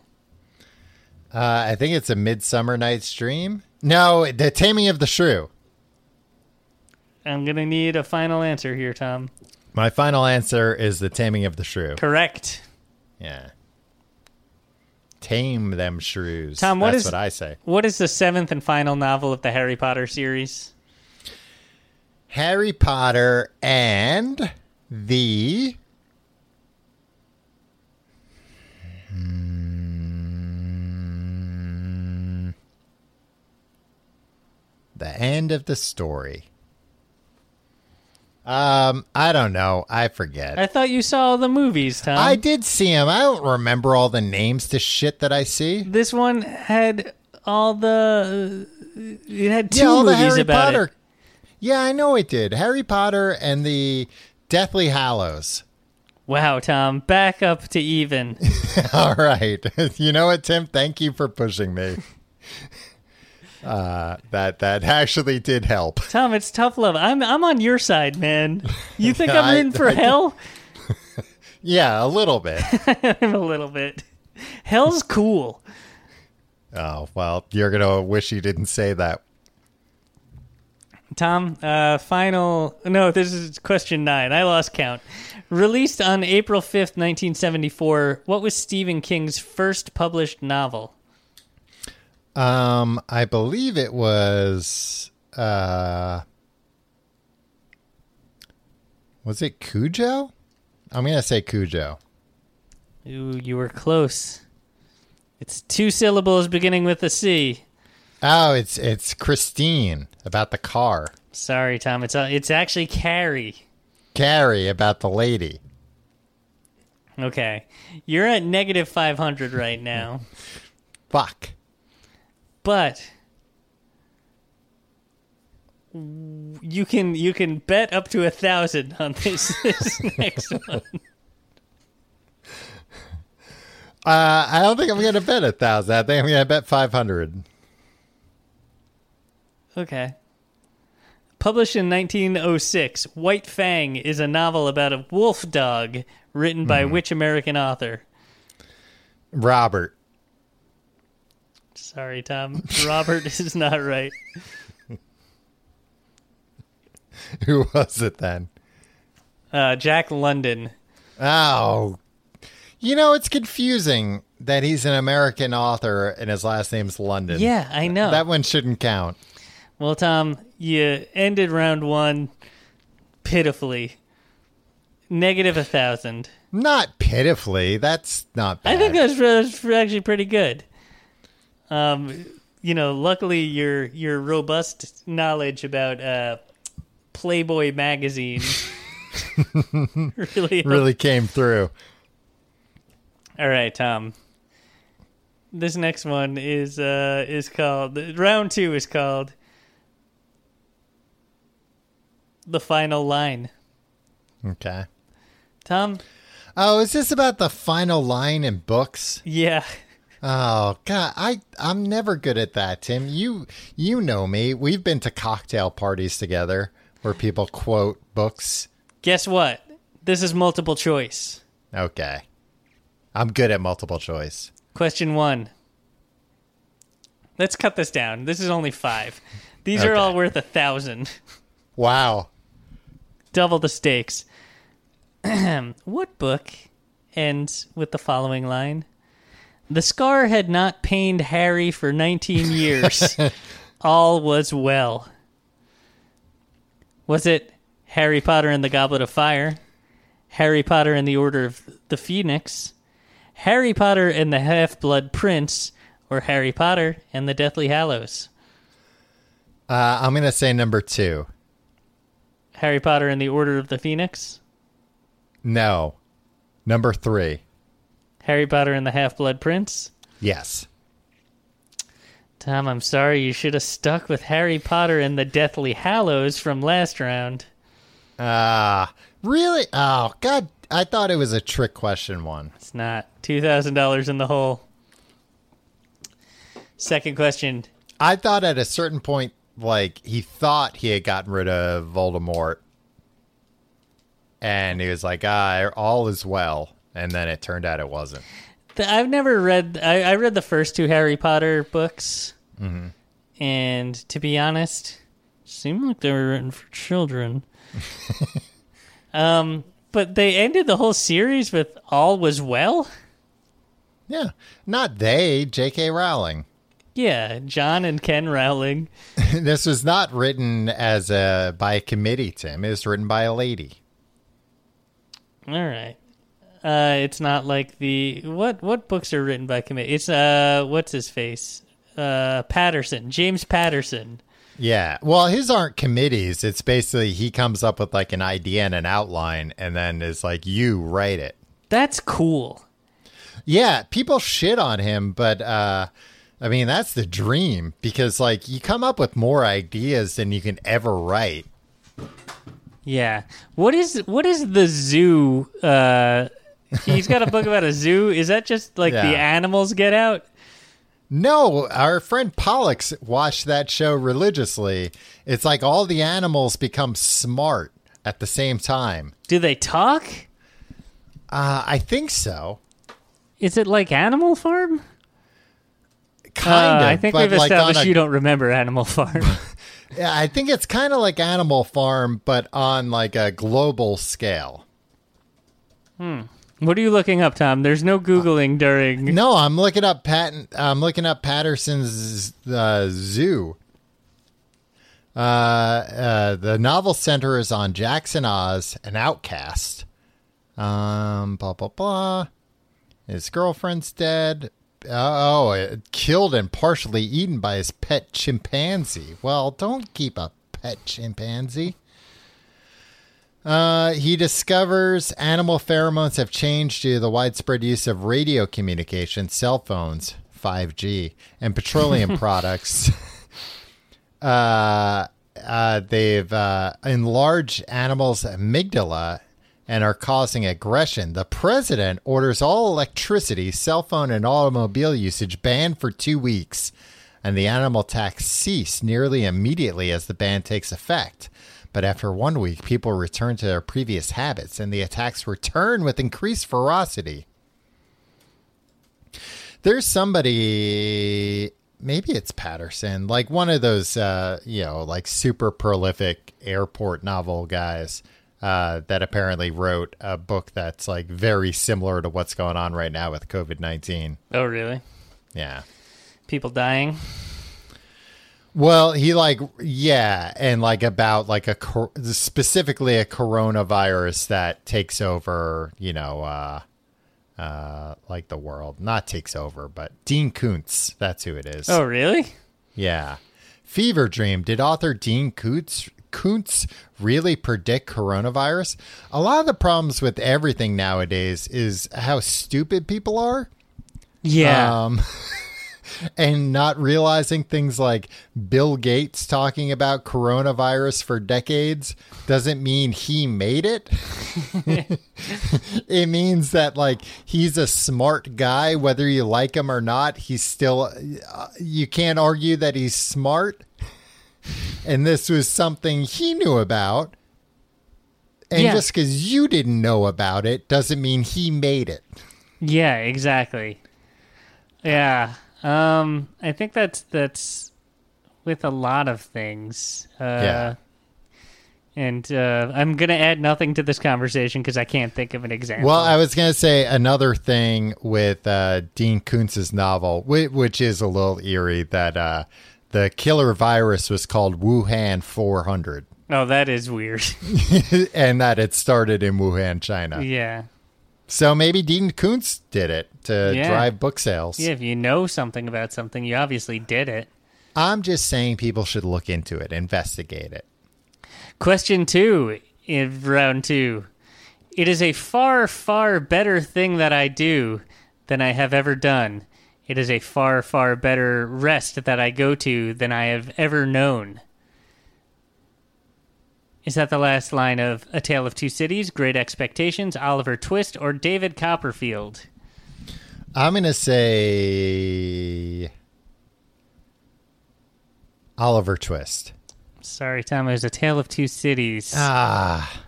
Speaker 2: Uh, I think it's a Midsummer Night's Dream. No, the Taming of the Shrew.
Speaker 1: I'm gonna need a final answer here, Tom.
Speaker 2: My final answer is The Taming of the Shrew.
Speaker 1: Correct.
Speaker 2: Yeah. Tame them shrews.
Speaker 1: Tom, what
Speaker 2: That's
Speaker 1: is-
Speaker 2: what I say.
Speaker 1: What is the seventh and final novel of the Harry Potter series?
Speaker 2: Harry Potter and the Hmm. the end of the story. Um, I don't know. I forget.
Speaker 1: I thought you saw all the movies, Tom.
Speaker 2: I did see him. I don't remember all the names to shit that I see.
Speaker 1: This one had all the. uh, It had two
Speaker 2: yeah, all the
Speaker 1: movies
Speaker 2: Harry
Speaker 1: about
Speaker 2: Potter.
Speaker 1: it.
Speaker 2: Yeah, I know it did. Harry Potter and the Deathly Hallows. [LAUGHS]
Speaker 1: Wow, Tom, back up to even.
Speaker 2: All right. [LAUGHS] You know what, Tim? Thank you for pushing me. [LAUGHS] Uh, that that actually did help. [LAUGHS]
Speaker 1: Tom, it's tough love. I'm I'm on your side, man.
Speaker 2: [LAUGHS]
Speaker 1: You think
Speaker 2: Yeah,
Speaker 1: I'm
Speaker 2: I-
Speaker 1: in for
Speaker 2: I-
Speaker 1: hell? [LAUGHS]
Speaker 2: Yeah, a little bit.
Speaker 1: I'm a little bit. Hell's cool.
Speaker 2: oh well, you're gonna wish you didn't say that.
Speaker 1: Tom, uh, final. No, this is question nine. I lost count. Released on April 5th, 1974, what was Stephen King's first published novel?
Speaker 2: Um, I believe it was uh, was it Cujo? I'm gonna say Cujo.
Speaker 1: Ooh, you were close. It's two syllables beginning with a C.
Speaker 2: Oh, it's it's Christine about the car.
Speaker 1: Sorry, Tom. It's, uh, it's actually Carrie.
Speaker 2: Carrie about the lady.
Speaker 1: Okay. You're at negative 500 right now.
Speaker 2: Fuck.
Speaker 1: but you can you can bet up to a thousand on this, [LAUGHS] this next one.
Speaker 2: Uh, I don't think I'm gonna bet a thousand. I think I'm gonna bet five hundred.
Speaker 1: Okay. Published in 1906, White Fang is a novel about a wolf dog written by which American author?
Speaker 2: Robert. [LAUGHS]
Speaker 1: Sorry, Tom. Robert [LAUGHS] is not right.
Speaker 2: Who was it then?
Speaker 1: Uh, Jack London.
Speaker 2: Oh. You know, it's confusing that he's an American author and his last name's London.
Speaker 1: Yeah, I know.
Speaker 2: That one shouldn't count.
Speaker 1: well, Tom, you ended round one pitifully. Negative a thousand.
Speaker 2: Not pitifully. That's not bad.
Speaker 1: I think that's, re- that's re- actually pretty good. Um, you know, luckily your your robust knowledge about uh, Playboy magazine really, helped.
Speaker 2: really came through.
Speaker 1: All right, Tom. This next one is uh, is called round two is called the final line.
Speaker 2: Okay.
Speaker 1: Tom,
Speaker 2: Oh, is this about the final line in books?
Speaker 1: yeah.
Speaker 2: Oh god, I I'm never good at that, Tim. You you know me. We've been to cocktail parties together where people quote books.
Speaker 1: Guess what? This is multiple choice.
Speaker 2: Okay. I'm good at multiple choice.
Speaker 1: Question one. Let's cut this down. This is only five. These are
Speaker 2: Okay.
Speaker 1: all worth a thousand.
Speaker 2: Wow.
Speaker 1: Double the stakes. [CLEARS THROAT] what book ends with the following line? The scar had not pained Harry for 19 years. all was well. Was it Harry Potter and the Goblet of Fire? Harry Potter and the Order of the Phoenix? Harry Potter and the Half Blood Prince? Or Harry Potter and the Deathly Hallows?
Speaker 2: Uh, I'm gonna say number two.
Speaker 1: Harry Potter and the Order of the Phoenix?
Speaker 2: No. Number three.
Speaker 1: Harry Potter and the Half Blood Prince?
Speaker 2: Yes.
Speaker 1: Tom, I'm sorry. You should have stuck with Harry Potter and the Deathly Hallows from last round.
Speaker 2: Ah, really? Oh God, I thought it was a trick question. One.
Speaker 1: It's not. $2,000 in the hole. Second question.
Speaker 2: I thought at a certain point, like he thought he had gotten rid of Voldemort, and he was like, "Ah, all is well." And then it turned out it wasn't.
Speaker 1: Th- I've never read. I, I read the first two Harry Potter books, and to be honest, seemed like they were written for children. Um, but they ended the whole series with all was well.
Speaker 2: Yeah. Not they, J.K. Rowling. [LAUGHS]
Speaker 1: Yeah, John and Ken Rowling.
Speaker 2: this was not written as a by a committee, Tim. It was written by a lady.
Speaker 1: All right. Uh, it's not like the what what books are written by committee. It's uh what's his face? Uh Patterson, James Patterson.
Speaker 2: Yeah. Well, his aren't committees. It's basically he comes up with like an idea and an outline and then is like you write it.
Speaker 1: That's cool.
Speaker 2: Yeah, people shit on him, but uh I mean, that's the dream because like you come up with more ideas than you can ever write.
Speaker 1: Yeah. What is what is the zoo uh he's got a book about a zoo. Is that just like the
Speaker 2: Yeah.
Speaker 1: animals get out?
Speaker 2: No, our friend Pollux watched that show religiously. It's like all the animals become smart at the same time.
Speaker 1: Do they talk?
Speaker 2: Uh, I think so.
Speaker 1: Is it like Animal Farm?
Speaker 2: Kind
Speaker 1: Uh,
Speaker 2: of.
Speaker 1: I think
Speaker 2: but
Speaker 1: we've
Speaker 2: like
Speaker 1: established
Speaker 2: on a-
Speaker 1: you don't remember Animal
Speaker 2: [LAUGHS]
Speaker 1: Farm.
Speaker 2: Yeah, I think it's kind of like Animal Farm, but on like a global scale.
Speaker 1: what are you looking up, Tom? There's no googling during.
Speaker 2: No, I'm looking up Pat. I'm looking up Patterson's uh, Zoo. Uh, uh, the novel center is on Jackson Oz, an outcast. Um, blah blah blah. His girlfriend's dead. Oh, it- killed and partially eaten by his pet chimpanzee. Well, don't keep a pet chimpanzee. Uh, he discovers animal pheromones have changed due to the widespread use of radio communication, cell phones, 5G, and petroleum products. Uh, uh, they've uh, enlarged animals' amygdala and are causing aggression. The president orders all electricity, cell phone, and automobile usage banned for two weeks, and the animal tax ceased nearly immediately as the ban takes effect. But after one week, people return to their previous habits, and the attacks return with increased ferocity. There's somebody, maybe it's Patterson, like one of those, uh, you know, like super prolific airport novel guys uh, that apparently wrote a book that's like very similar to what's going on right now with COVID 19.
Speaker 1: Oh, really?
Speaker 2: Yeah.
Speaker 1: People dying.
Speaker 2: Well, he like yeah, and like about like a cor- specifically a coronavirus that takes over, you know, uh uh like the world. Not takes over, but Dean Kuntz, that's who it is.
Speaker 1: Oh, really?
Speaker 2: Uh, Yeah. Fever Dream. Did author Dean Koontz, Koontz really predict coronavirus? A lot of the problems with everything nowadays is how stupid people are
Speaker 1: Yeah.
Speaker 2: um, [LAUGHS] and not realizing things like Bill Gates talking about coronavirus for decades doesn't mean he made it. [LAUGHS] it means that like he's a smart guy, whether you like him or not. He's still uh, you can't argue that he's smart. And this was something he knew about. And
Speaker 1: Yeah.
Speaker 2: just because you didn't know about it doesn't mean he made it.
Speaker 1: yeah, exactly. Yeah. Um, I think that's that's with a lot of things. Uh,
Speaker 2: Yeah.
Speaker 1: And uh, I'm gonna add nothing to this conversation because I can't think of an example.
Speaker 2: Well, I was going to say another thing with uh, Dean Koontz's novel, which, which is a little eerie, that uh, the killer virus was called Wuhan 400
Speaker 1: oh, that is weird.
Speaker 2: [LAUGHS] and that it started in Wuhan,
Speaker 1: [LAUGHS]
Speaker 2: China.
Speaker 1: yeah.
Speaker 2: So maybe Dean Koontz did it to
Speaker 1: Yeah.
Speaker 2: drive book sales.
Speaker 1: Yeah. If you know something about something, you obviously did it.
Speaker 2: I'm just saying people should look into it, investigate it.
Speaker 1: Question two in round two. It is a far, far better thing that I do than I have ever done. It is a far, far better rest that I go to than I have ever known. Is that the last line of A Tale of Two Cities, Great Expectations, Oliver Twist, or David Copperfield?
Speaker 2: I'm going to say Oliver Twist.
Speaker 1: Sorry, Tom, it was A Tale of Two Cities.
Speaker 2: Ah.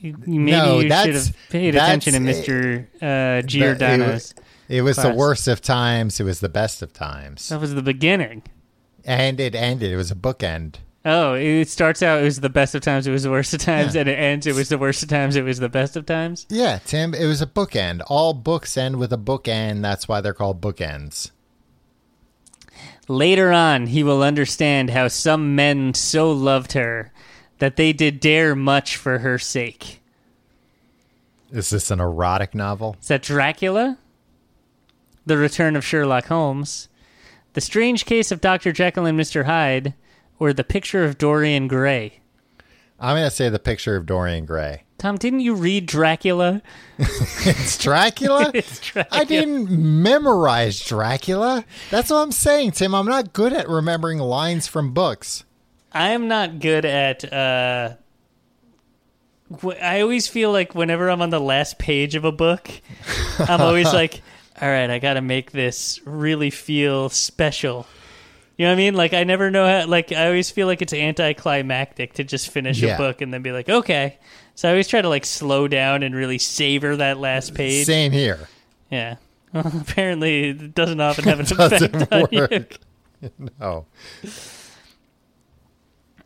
Speaker 1: You- Maybe
Speaker 2: no,
Speaker 1: you should
Speaker 2: that's-
Speaker 1: have paid
Speaker 2: that's
Speaker 1: attention to Mr. Uh, Giordano's.
Speaker 2: But It, wa- it was
Speaker 1: class.
Speaker 2: the worst of times. It was the best of times.
Speaker 1: That was the beginning.
Speaker 2: And it ended. It was a bookend.
Speaker 1: Oh, it starts out it was the best of times, it was the worst of times, and it ends it was the worst of times, it was the best of times.
Speaker 2: Yeah, Tim, it was a bookend. All books end with a bookend. That's why they're called bookends.
Speaker 1: Later on, he will understand how some men so loved her that they did dare much for her sake.
Speaker 2: Is this an erotic novel?
Speaker 1: Is that Dracula? The Return of Sherlock Holmes, The Strange Case of Dr. Jekyll and Mr. Hyde, or The Picture of Dorian Gray?
Speaker 2: I'm going to say the picture of Dorian Gray.
Speaker 1: Tom, didn't you read Dracula? [LAUGHS]
Speaker 2: It's Dracula?
Speaker 1: It's Dracula.
Speaker 2: I didn't memorize Dracula. That's what I'm saying, Tim. I'm not good at remembering lines from books.
Speaker 1: I'm not good at. Uh, wh- I always feel like whenever I'm on the last page of a book, I'm
Speaker 2: [LAUGHS]
Speaker 1: always like, "All right, I got to make this really feel special." You know what I mean? Like I never know how. Like I always feel like it's anticlimactic to just finish
Speaker 2: Yeah.
Speaker 1: a book and then be like, "Okay." So I always try to like slow down and really savor that last page.
Speaker 2: Same here.
Speaker 1: Yeah. [LAUGHS] Well, apparently, it doesn't
Speaker 2: [LAUGHS]
Speaker 1: often have an
Speaker 2: Doesn't
Speaker 1: effect on you.
Speaker 2: work. [LAUGHS] No.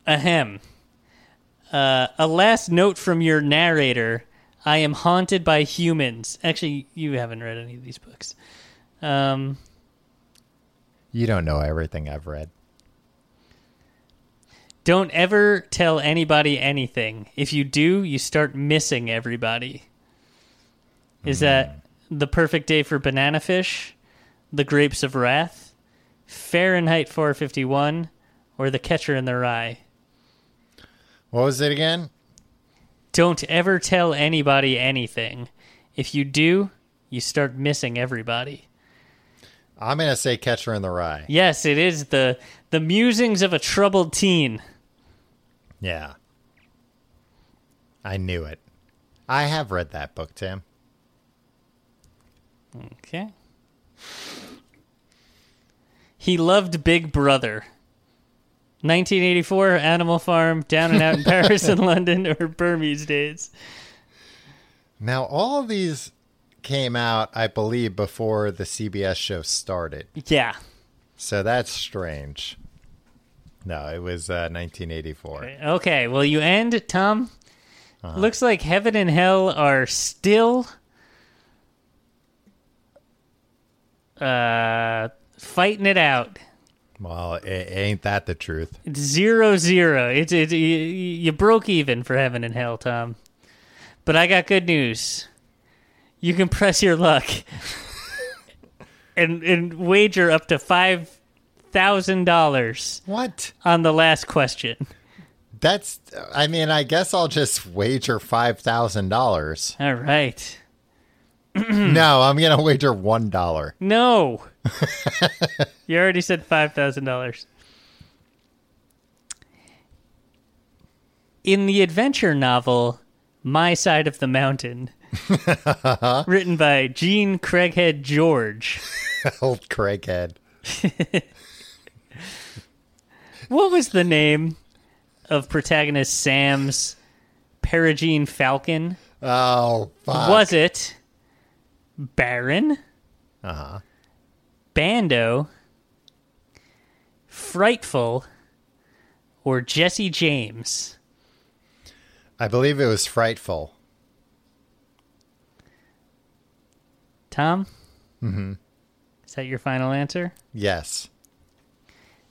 Speaker 1: Ahem. Uh, a last note from your narrator. I am haunted by humans. Actually, you haven't read any of these books. Um,
Speaker 2: You don't know everything I've read.
Speaker 1: don't ever tell anybody anything. If you do, you start missing everybody. Is that the perfect day for banana fish, the grapes of wrath, Fahrenheit 451, or the catcher in the rye?
Speaker 2: What was it again?
Speaker 1: Don't ever tell anybody anything. If you do, you start missing everybody.
Speaker 2: I'm going to say Catcher in the Rye.
Speaker 1: Yes, it is the the musings of a troubled teen.
Speaker 2: Yeah. I knew it. I have read that book, Tim.
Speaker 1: Okay. He loved Big Brother. 1984, Animal Farm, Down and Out in Paris and London, or Burmese Days.
Speaker 2: Now, all of these came out, I believe, before the CBS show started.
Speaker 1: Yeah.
Speaker 2: So that's strange. No, it was uh, 1984.
Speaker 1: Okay, well, you end, Tom. Looks like heaven and hell are still uh, fighting it out.
Speaker 2: Well, a ain't that the truth?
Speaker 1: It's zero zero. It's it, you, you broke even for heaven and hell, Tom. But I got good news. You can press your luck and and wager up to five thousand dollars
Speaker 2: What?
Speaker 1: on the last question.
Speaker 2: That's. I mean, I guess I'll just wager five thousand dollars.
Speaker 1: All right.
Speaker 2: No, I'm gonna wager one dollar. [LAUGHS]
Speaker 1: No. [LAUGHS] you already said five thousand dollars. In the adventure novel My Side of the Mountain, written by Gene Craighead George.
Speaker 2: Old Craighead.
Speaker 1: What was the name of protagonist Sam's Perigine Falcon?
Speaker 2: Oh, fuck.
Speaker 1: Was it Baron? Uh huh. Bando, Frightful, or Jesse James?
Speaker 2: I believe it was frightful.
Speaker 1: Tom? Mm hmm. Is that your final answer?
Speaker 2: Yes.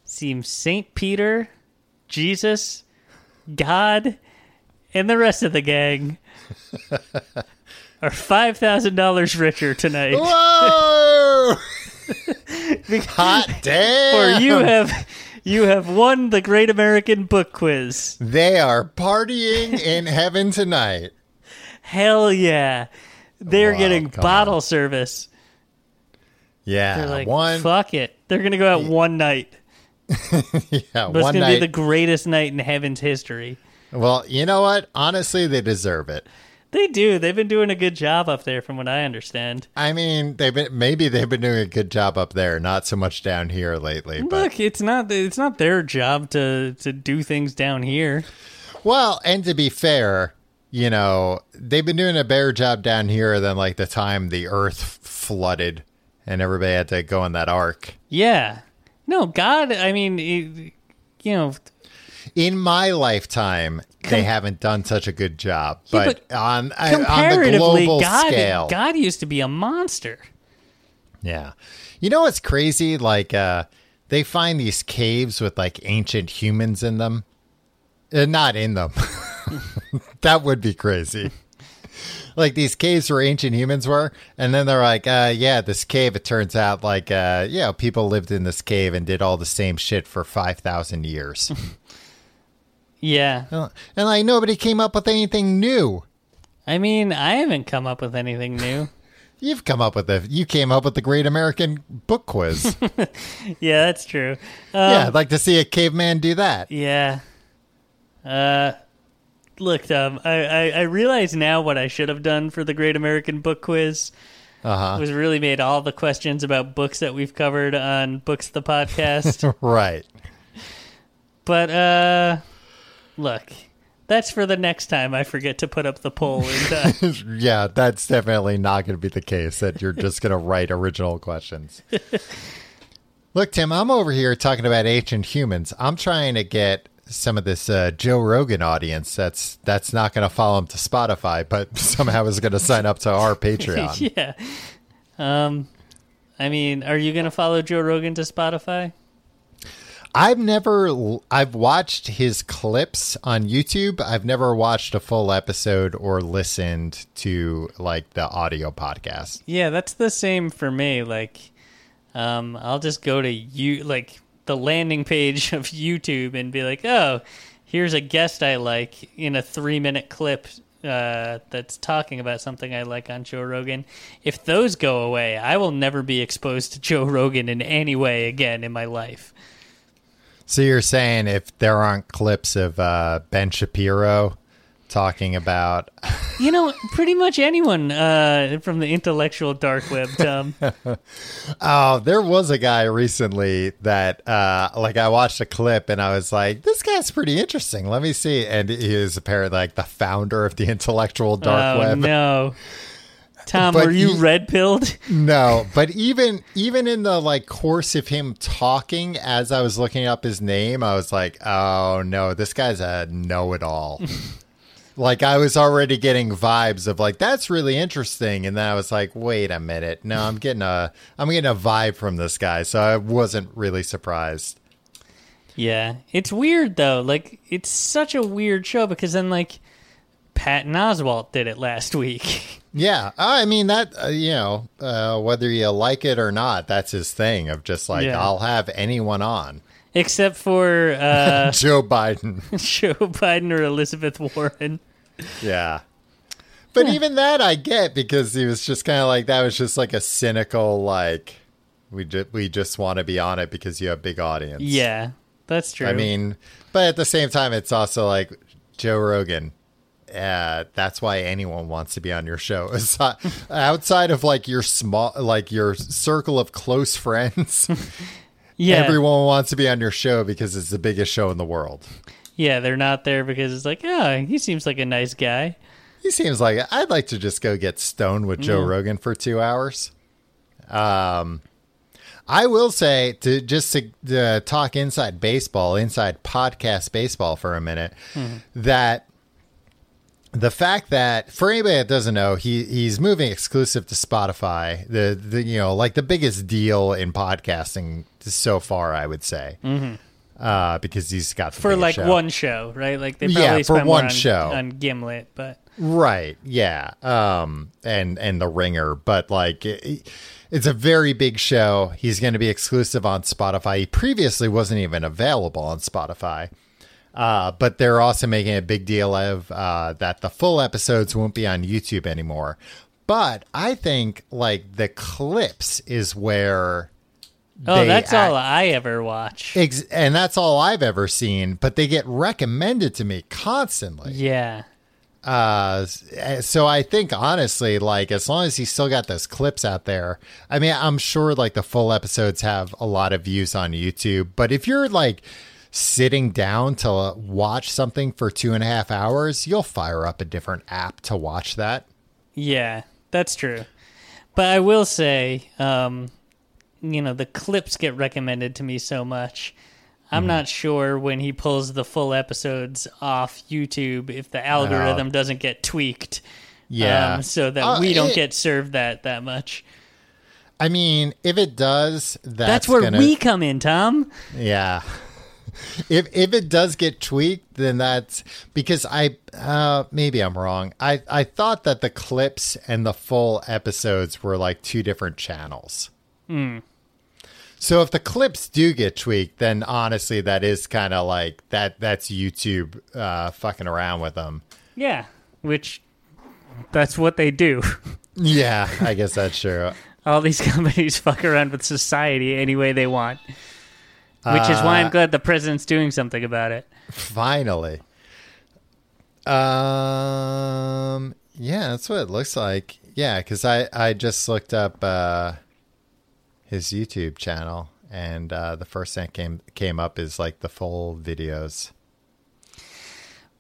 Speaker 1: Seems St. Peter, Jesus, God, and the rest of the gang are $5,000 richer tonight.
Speaker 2: Whoa! [LAUGHS] Hot
Speaker 1: Or
Speaker 2: damn!
Speaker 1: you have you have won the Great American Book Quiz.
Speaker 2: They are partying in heaven tonight.
Speaker 1: Hell yeah. They're
Speaker 2: Wow,
Speaker 1: getting
Speaker 2: come
Speaker 1: bottle service.
Speaker 2: Yeah,
Speaker 1: They're like,
Speaker 2: one.
Speaker 1: fuck it. They're going to go out one night.
Speaker 2: yeah,
Speaker 1: But it's
Speaker 2: one
Speaker 1: going to be
Speaker 2: night.
Speaker 1: the greatest night in heaven's history.
Speaker 2: Well, you know what? Honestly, they deserve it.
Speaker 1: They do. They've been doing a good job up there, from what I understand.
Speaker 2: I mean, they've been maybe they've been doing a good job up there, not so much down here lately. But
Speaker 1: Look, it's not it's not their job to to do things down here.
Speaker 2: well, and to be fair, you know, they've been doing a better job down here than like the time the Earth f- flooded and everybody had to go on that ark.
Speaker 1: Yeah. No, God, I mean, it, you know,
Speaker 2: in my lifetime, they haven't done such a good job.
Speaker 1: Yeah,
Speaker 2: but,
Speaker 1: but
Speaker 2: on I- on the
Speaker 1: Comparatively,
Speaker 2: global
Speaker 1: God,
Speaker 2: scale,
Speaker 1: God used to be a monster.
Speaker 2: yeah. You know what's crazy? Like uh, they find these caves with like ancient humans in them, uh, not in them. [LAUGHS] that would be crazy. [LAUGHS] Like these caves where ancient humans were, and then they're like, uh, "Yeah, this cave." It turns out, like, uh, yeah, people lived in this cave and did all the same shit for five
Speaker 1: [LAUGHS]
Speaker 2: thousand years.
Speaker 1: Yeah.
Speaker 2: And and, like nobody came up with anything new.
Speaker 1: I mean, I haven't come up with anything
Speaker 2: [LAUGHS]
Speaker 1: new.
Speaker 2: You've come up with the you came up with the Great American Book Quiz.
Speaker 1: yeah, that's true. Um,
Speaker 2: yeah, I'd like to see a caveman do that.
Speaker 1: Yeah. Uh, look, Tom, I, I, I realize now what I should have done for the Great American Book Quiz
Speaker 2: Uh-huh. [LAUGHS]
Speaker 1: was really made all the questions about books that we've covered on Books the
Speaker 2: [LAUGHS]
Speaker 1: Podcast.
Speaker 2: Right.
Speaker 1: but uh, look, that's for the next time I forget to put up the poll. And, uh,
Speaker 2: Yeah, that's definitely not going to be the case that you're just going to write original questions. [LAUGHS] Look, Tim, I'm over here talking about ancient humans. I'm trying to get some of this uh, Joe Rogan audience that's that's not going to follow him to Spotify, but [LAUGHS] somehow is going to sign up to our Patreon.
Speaker 1: [LAUGHS] yeah. Um, I mean, are you going to follow Joe Rogan to Spotify?
Speaker 2: I've never I've watched his clips on YouTube. I've never watched a full episode or listened to like the audio podcast.
Speaker 1: Yeah, that's the same for me. Like, um, I'll just go to you like the landing page [LAUGHS] of YouTube and be like, oh, here's a guest I like in a three minute clip uh, that's talking about something I like on Joe Rogan. If those go away, I will never be exposed to [LAUGHS] Joe Rogan in any way again in my life.
Speaker 2: So you're saying if there aren't clips of uh, Ben Shapiro talking about
Speaker 1: You know, pretty much anyone uh, from the intellectual dark web, Tom.
Speaker 2: [LAUGHS] oh, there was a guy recently that uh, like I watched a clip and I was like, this guy's pretty interesting. Let me see, and he is apparently like the founder of the intellectual dark
Speaker 1: oh
Speaker 2: web.
Speaker 1: no, Tom,
Speaker 2: But
Speaker 1: were you
Speaker 2: he-
Speaker 1: red pilled?
Speaker 2: No, but even even in the like course of him talking, as I was looking up his name, I was like, "Oh no, this guy's a
Speaker 1: [LAUGHS]
Speaker 2: know-it-all." like I was already getting vibes of like that's really interesting, and then I was like, "Wait a minute, no, I'm getting a I'm getting a vibe from this guy," so I wasn't really surprised.
Speaker 1: Yeah, it's weird though. Like it's such a weird show because then like Patton Oswalt did it last [LAUGHS] week.
Speaker 2: Yeah, I mean that uh, you know uh, whether you like it or not, that's his thing of just like
Speaker 1: Yeah.
Speaker 2: I'll have anyone on
Speaker 1: Except for
Speaker 2: [LAUGHS]
Speaker 1: uh
Speaker 2: Joe Biden.
Speaker 1: Joe Biden or Elizabeth Warren.
Speaker 2: Yeah. But even that I get because he was just kind of like that was just like a cynical like we just we just want to be on it because you have big audience.
Speaker 1: Yeah, that's true.
Speaker 2: I mean, but at the same time it's also like Joe Rogan. Uh, that's why anyone wants to be on your show. [LAUGHS] Aside- Outside of like your small like your circle of close friends,
Speaker 1: [LAUGHS] yeah,
Speaker 2: everyone wants to be on your show because it's the biggest show in the world.
Speaker 1: yeah, they're not there because it's like, oh, he seems like a nice guy.
Speaker 2: He seems like I'd like to just go get stoned with
Speaker 1: Mm.
Speaker 2: Joe Rogan for two hours. Um, I will say to just to uh, talk inside baseball, inside podcast baseball for a minute,
Speaker 1: Mm-hmm.
Speaker 2: that the fact that for anybody that doesn't know, he he's moving exclusive to Spotify. The the you know like the biggest deal in podcasting so far, I would say, uh, because he's got the
Speaker 1: Mm-hmm. For
Speaker 2: biggest
Speaker 1: like
Speaker 2: show.
Speaker 1: one show, right? Like they
Speaker 2: Yeah,
Speaker 1: probably
Speaker 2: for
Speaker 1: spend more
Speaker 2: one
Speaker 1: on,
Speaker 2: show.
Speaker 1: on Gimlet, but
Speaker 2: right yeah um and and the ringer but like it, it's a very big show he's going to be exclusive on spotify he previously wasn't even available on spotify uh, but they're also making a big deal of uh, that the full episodes won't be on youtube anymore but i think like the clips is where
Speaker 1: oh,
Speaker 2: They
Speaker 1: that's
Speaker 2: act-
Speaker 1: all I ever watch.
Speaker 2: ex- and that's all i've ever seen but they get recommended to me constantly
Speaker 1: yeah,
Speaker 2: uh so i think honestly like as long as he's still got those clips out there i mean i'm sure like the full episodes have a lot of views on youtube but if you're like sitting down to watch something for two and a half hours you'll fire up a different app to watch that
Speaker 1: Yeah, that's true. But I will say, um, you know, the clips get recommended to me so much. I'm
Speaker 2: Mm-hmm.
Speaker 1: not sure when he pulls the full episodes off YouTube if the algorithm doesn't get tweaked. Um,
Speaker 2: Yeah.
Speaker 1: so that
Speaker 2: Uh,
Speaker 1: we don't
Speaker 2: it-
Speaker 1: get served that that much.
Speaker 2: I mean, if it does, that's,
Speaker 1: That's where
Speaker 2: gonna,
Speaker 1: we come in, Tom.
Speaker 2: Yeah. [LAUGHS] If if it does get tweaked, then that's because I uh, maybe I'm wrong. I I thought that the clips and the full episodes were like two different channels. So if the clips do get tweaked, then honestly, that is kind of like that. That's YouTube uh, fucking around with them.
Speaker 1: Yeah, which that's what they do. [LAUGHS]
Speaker 2: Yeah, I guess that's true.
Speaker 1: All these [LAUGHS] companies fuck around with society any way they want. Which is why
Speaker 2: Uh,
Speaker 1: I'm glad the president's doing something about it.
Speaker 2: Finally. Um yeah, that's what it looks like. Yeah, cuz I I just looked up uh his YouTube channel and uh the first thing that came came up is like the full videos.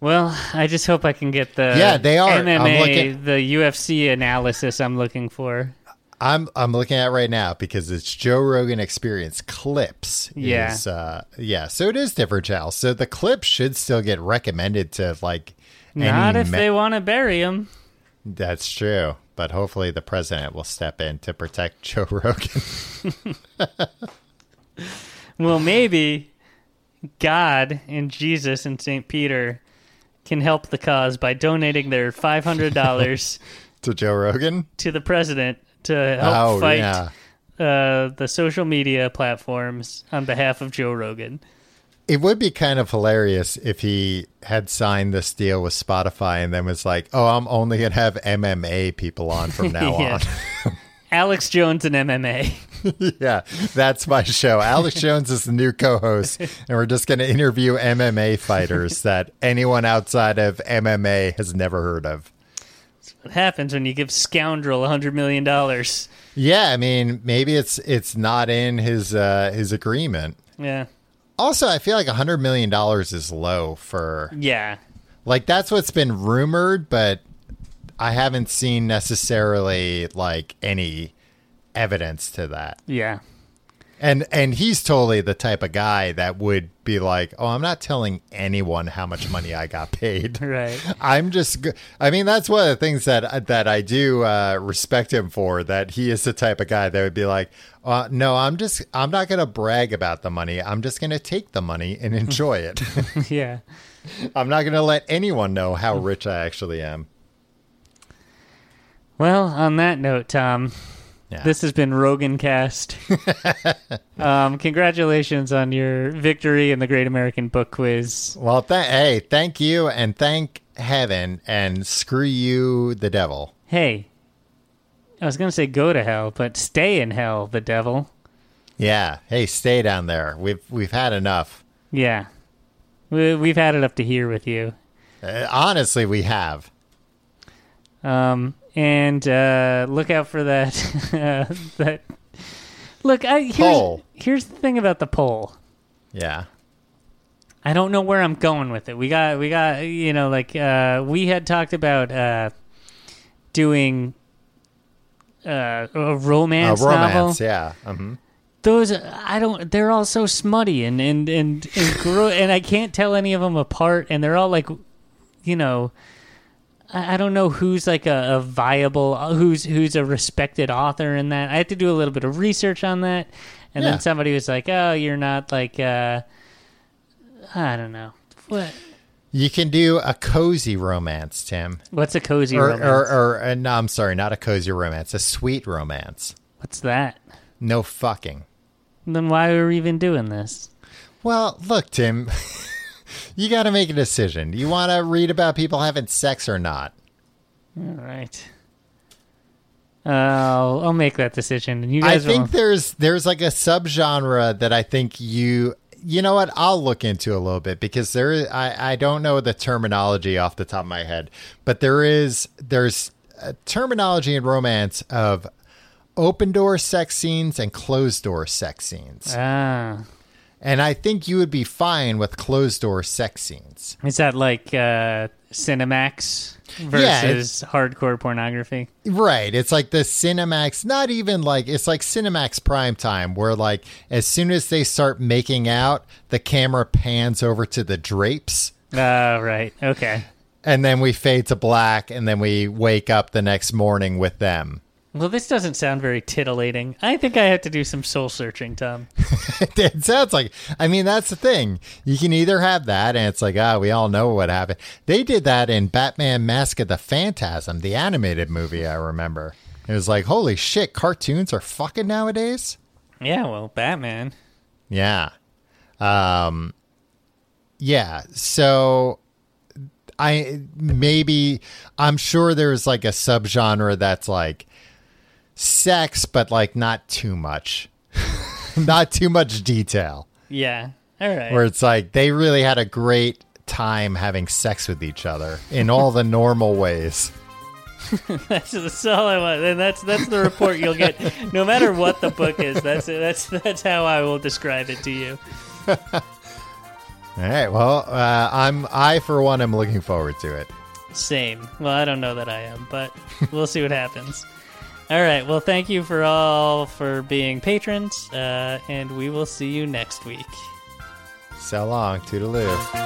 Speaker 1: Well, I just hope I can get the
Speaker 2: Yeah, they are. I'm
Speaker 1: MMA,
Speaker 2: looking-
Speaker 1: the UFC analysis I'm looking for.
Speaker 2: I'm I'm looking at it right now because it's Joe Rogan Experience clips.
Speaker 1: Yeah.
Speaker 2: is, uh, yeah. So it is different channels. So the clips should still get recommended to like any
Speaker 1: Not if
Speaker 2: ma-
Speaker 1: they want to bury him.
Speaker 2: That's true. But hopefully the president will step in to protect [LAUGHS] Joe Rogan.
Speaker 1: Well, maybe God and Jesus and St. Peter can help the cause by donating their
Speaker 2: [LAUGHS]
Speaker 1: $500
Speaker 2: to Joe Rogan.
Speaker 1: to the president to help
Speaker 2: oh
Speaker 1: fight
Speaker 2: yeah.
Speaker 1: uh, the social media platforms on behalf of Joe Rogan.
Speaker 2: It would be kind of hilarious if he had signed this deal with Spotify and then was like, "Oh, I'm only gonna have MMA people on
Speaker 1: [LAUGHS]
Speaker 2: [LAUGHS] from now
Speaker 1: Yeah. Alex Jones and MMA.
Speaker 2: on." yeah, that's my show. Alex Jones is the new co-host, and we're just gonna interview MMA
Speaker 1: [LAUGHS]
Speaker 2: fighters that anyone outside of MMA has never heard of.
Speaker 1: [LAUGHS] What happens when you give scoundrel $100 million?
Speaker 2: Yeah, I mean, maybe it's it's not in his uh, his agreement.
Speaker 1: Yeah.
Speaker 2: Also, I feel like hundred million dollars is low for
Speaker 1: Yeah.
Speaker 2: Like that's what's been rumored, but I haven't seen necessarily like any evidence to that.
Speaker 1: Yeah.
Speaker 2: And and he's totally the type of guy that would be like, "Oh, I'm not telling anyone how much money I got
Speaker 1: [LAUGHS]
Speaker 2: paid." [LAUGHS]
Speaker 1: Right.
Speaker 2: I'm just g- I mean, that's one of the things that that I do uh, respect him for that he is the type of guy that would be like, uh, "No, I'm just I'm not going to brag about the money. I'm just going to take the money and enjoy it."
Speaker 1: yeah.
Speaker 2: I'm not going to let anyone know how rich I actually am.
Speaker 1: Well, on that note, Tom,
Speaker 2: Yeah.
Speaker 1: this has been Rogan
Speaker 2: [LAUGHS]
Speaker 1: Cast. um, congratulations on your victory in the Great American Book Quiz.
Speaker 2: well, th- hey, thank you and thank heaven and screw you, the devil.
Speaker 1: Hey, I was going to say go to hell, but stay in hell, the devil.
Speaker 2: Yeah. Hey, stay down there. We've we've had enough.
Speaker 1: Yeah. We, we've had it up to here with you.
Speaker 2: Uh, honestly, we have.
Speaker 1: Um, and uh, look out for that. [LAUGHS] uh, that look, I, here's,
Speaker 2: Poll.
Speaker 1: here's the thing about the poll.
Speaker 2: Yeah.
Speaker 1: I don't know where I'm going with it. We got we got you know like uh, we had talked about uh, doing uh, a romance,
Speaker 2: uh, romance.
Speaker 1: novel.
Speaker 2: Yeah. hmm
Speaker 1: Those I don't. They're all so smutty and and and and, gro- and I can't tell any of them apart. And they're all like, you know. I I don't know who's like a, a viable who's who's a respected author in that. I had to do a little bit of research on that, and
Speaker 2: Yeah.
Speaker 1: then somebody was like, "Oh, you're not like uh, I don't know what
Speaker 2: You can do a cozy romance, Tim.
Speaker 1: What's a cozy
Speaker 2: Or,
Speaker 1: romance?
Speaker 2: or, or uh, no, I'm sorry, not a cozy romance, a sweet romance.
Speaker 1: What's that?
Speaker 2: No fucking.
Speaker 1: Then why are we even doing this?
Speaker 2: Well, look, Tim, [LAUGHS] you got to make a decision. You want to read about people having sex or not?
Speaker 1: All right. Uh, I'll, I'll make that decision, and you
Speaker 2: I
Speaker 1: guys
Speaker 2: think
Speaker 1: will.
Speaker 2: there's there's like a subgenre that I think you you know what I'll look into a little bit because there is, I I don't know the terminology off the top of my head, but there is there's a terminology in romance of open door sex scenes and closed door sex scenes,
Speaker 1: Ah,
Speaker 2: and I think you would be fine with closed door sex scenes.
Speaker 1: is that like uh, Cinemax
Speaker 2: Yeah,
Speaker 1: versus hardcore pornography.
Speaker 2: Right. It's like the Cinemax, not even like it's like Cinemax prime time where like as soon as they start making out, the camera pans over to the drapes
Speaker 1: Oh, right. Okay.
Speaker 2: and then we fade to black and then we wake up the next morning with them. [LAUGHS]
Speaker 1: Well, this doesn't sound very titillating. I think I have to do some soul searching, Tom.
Speaker 2: it sounds like I mean that's the thing. You can either have that and it's like, ah, we all know what happened. They did that in Batman Mask of the Phantasm, the animated movie I remember. It was like, holy shit, cartoons are fucking nowadays?
Speaker 1: Yeah, well, Batman.
Speaker 2: Yeah. Um yeah, so I maybe I'm sure there's like a subgenre that's like sex but like not too much. [LAUGHS] not too much detail.
Speaker 1: Yeah. All right.
Speaker 2: Where it's like they really had a great time having sex with each other in all the normal ways.
Speaker 1: That's, that's all I want, and that's that's the report you'll get, no matter what the book is. That's that's that's how I will describe it to you.
Speaker 2: All right, well, uh, I'm I for one am looking forward to it.
Speaker 1: Same. Well, I don't know that I am, but we'll see what happens. All right. Well, thank you for all for being patrons, uh, and we will see you next week.
Speaker 2: So long, toodaloo.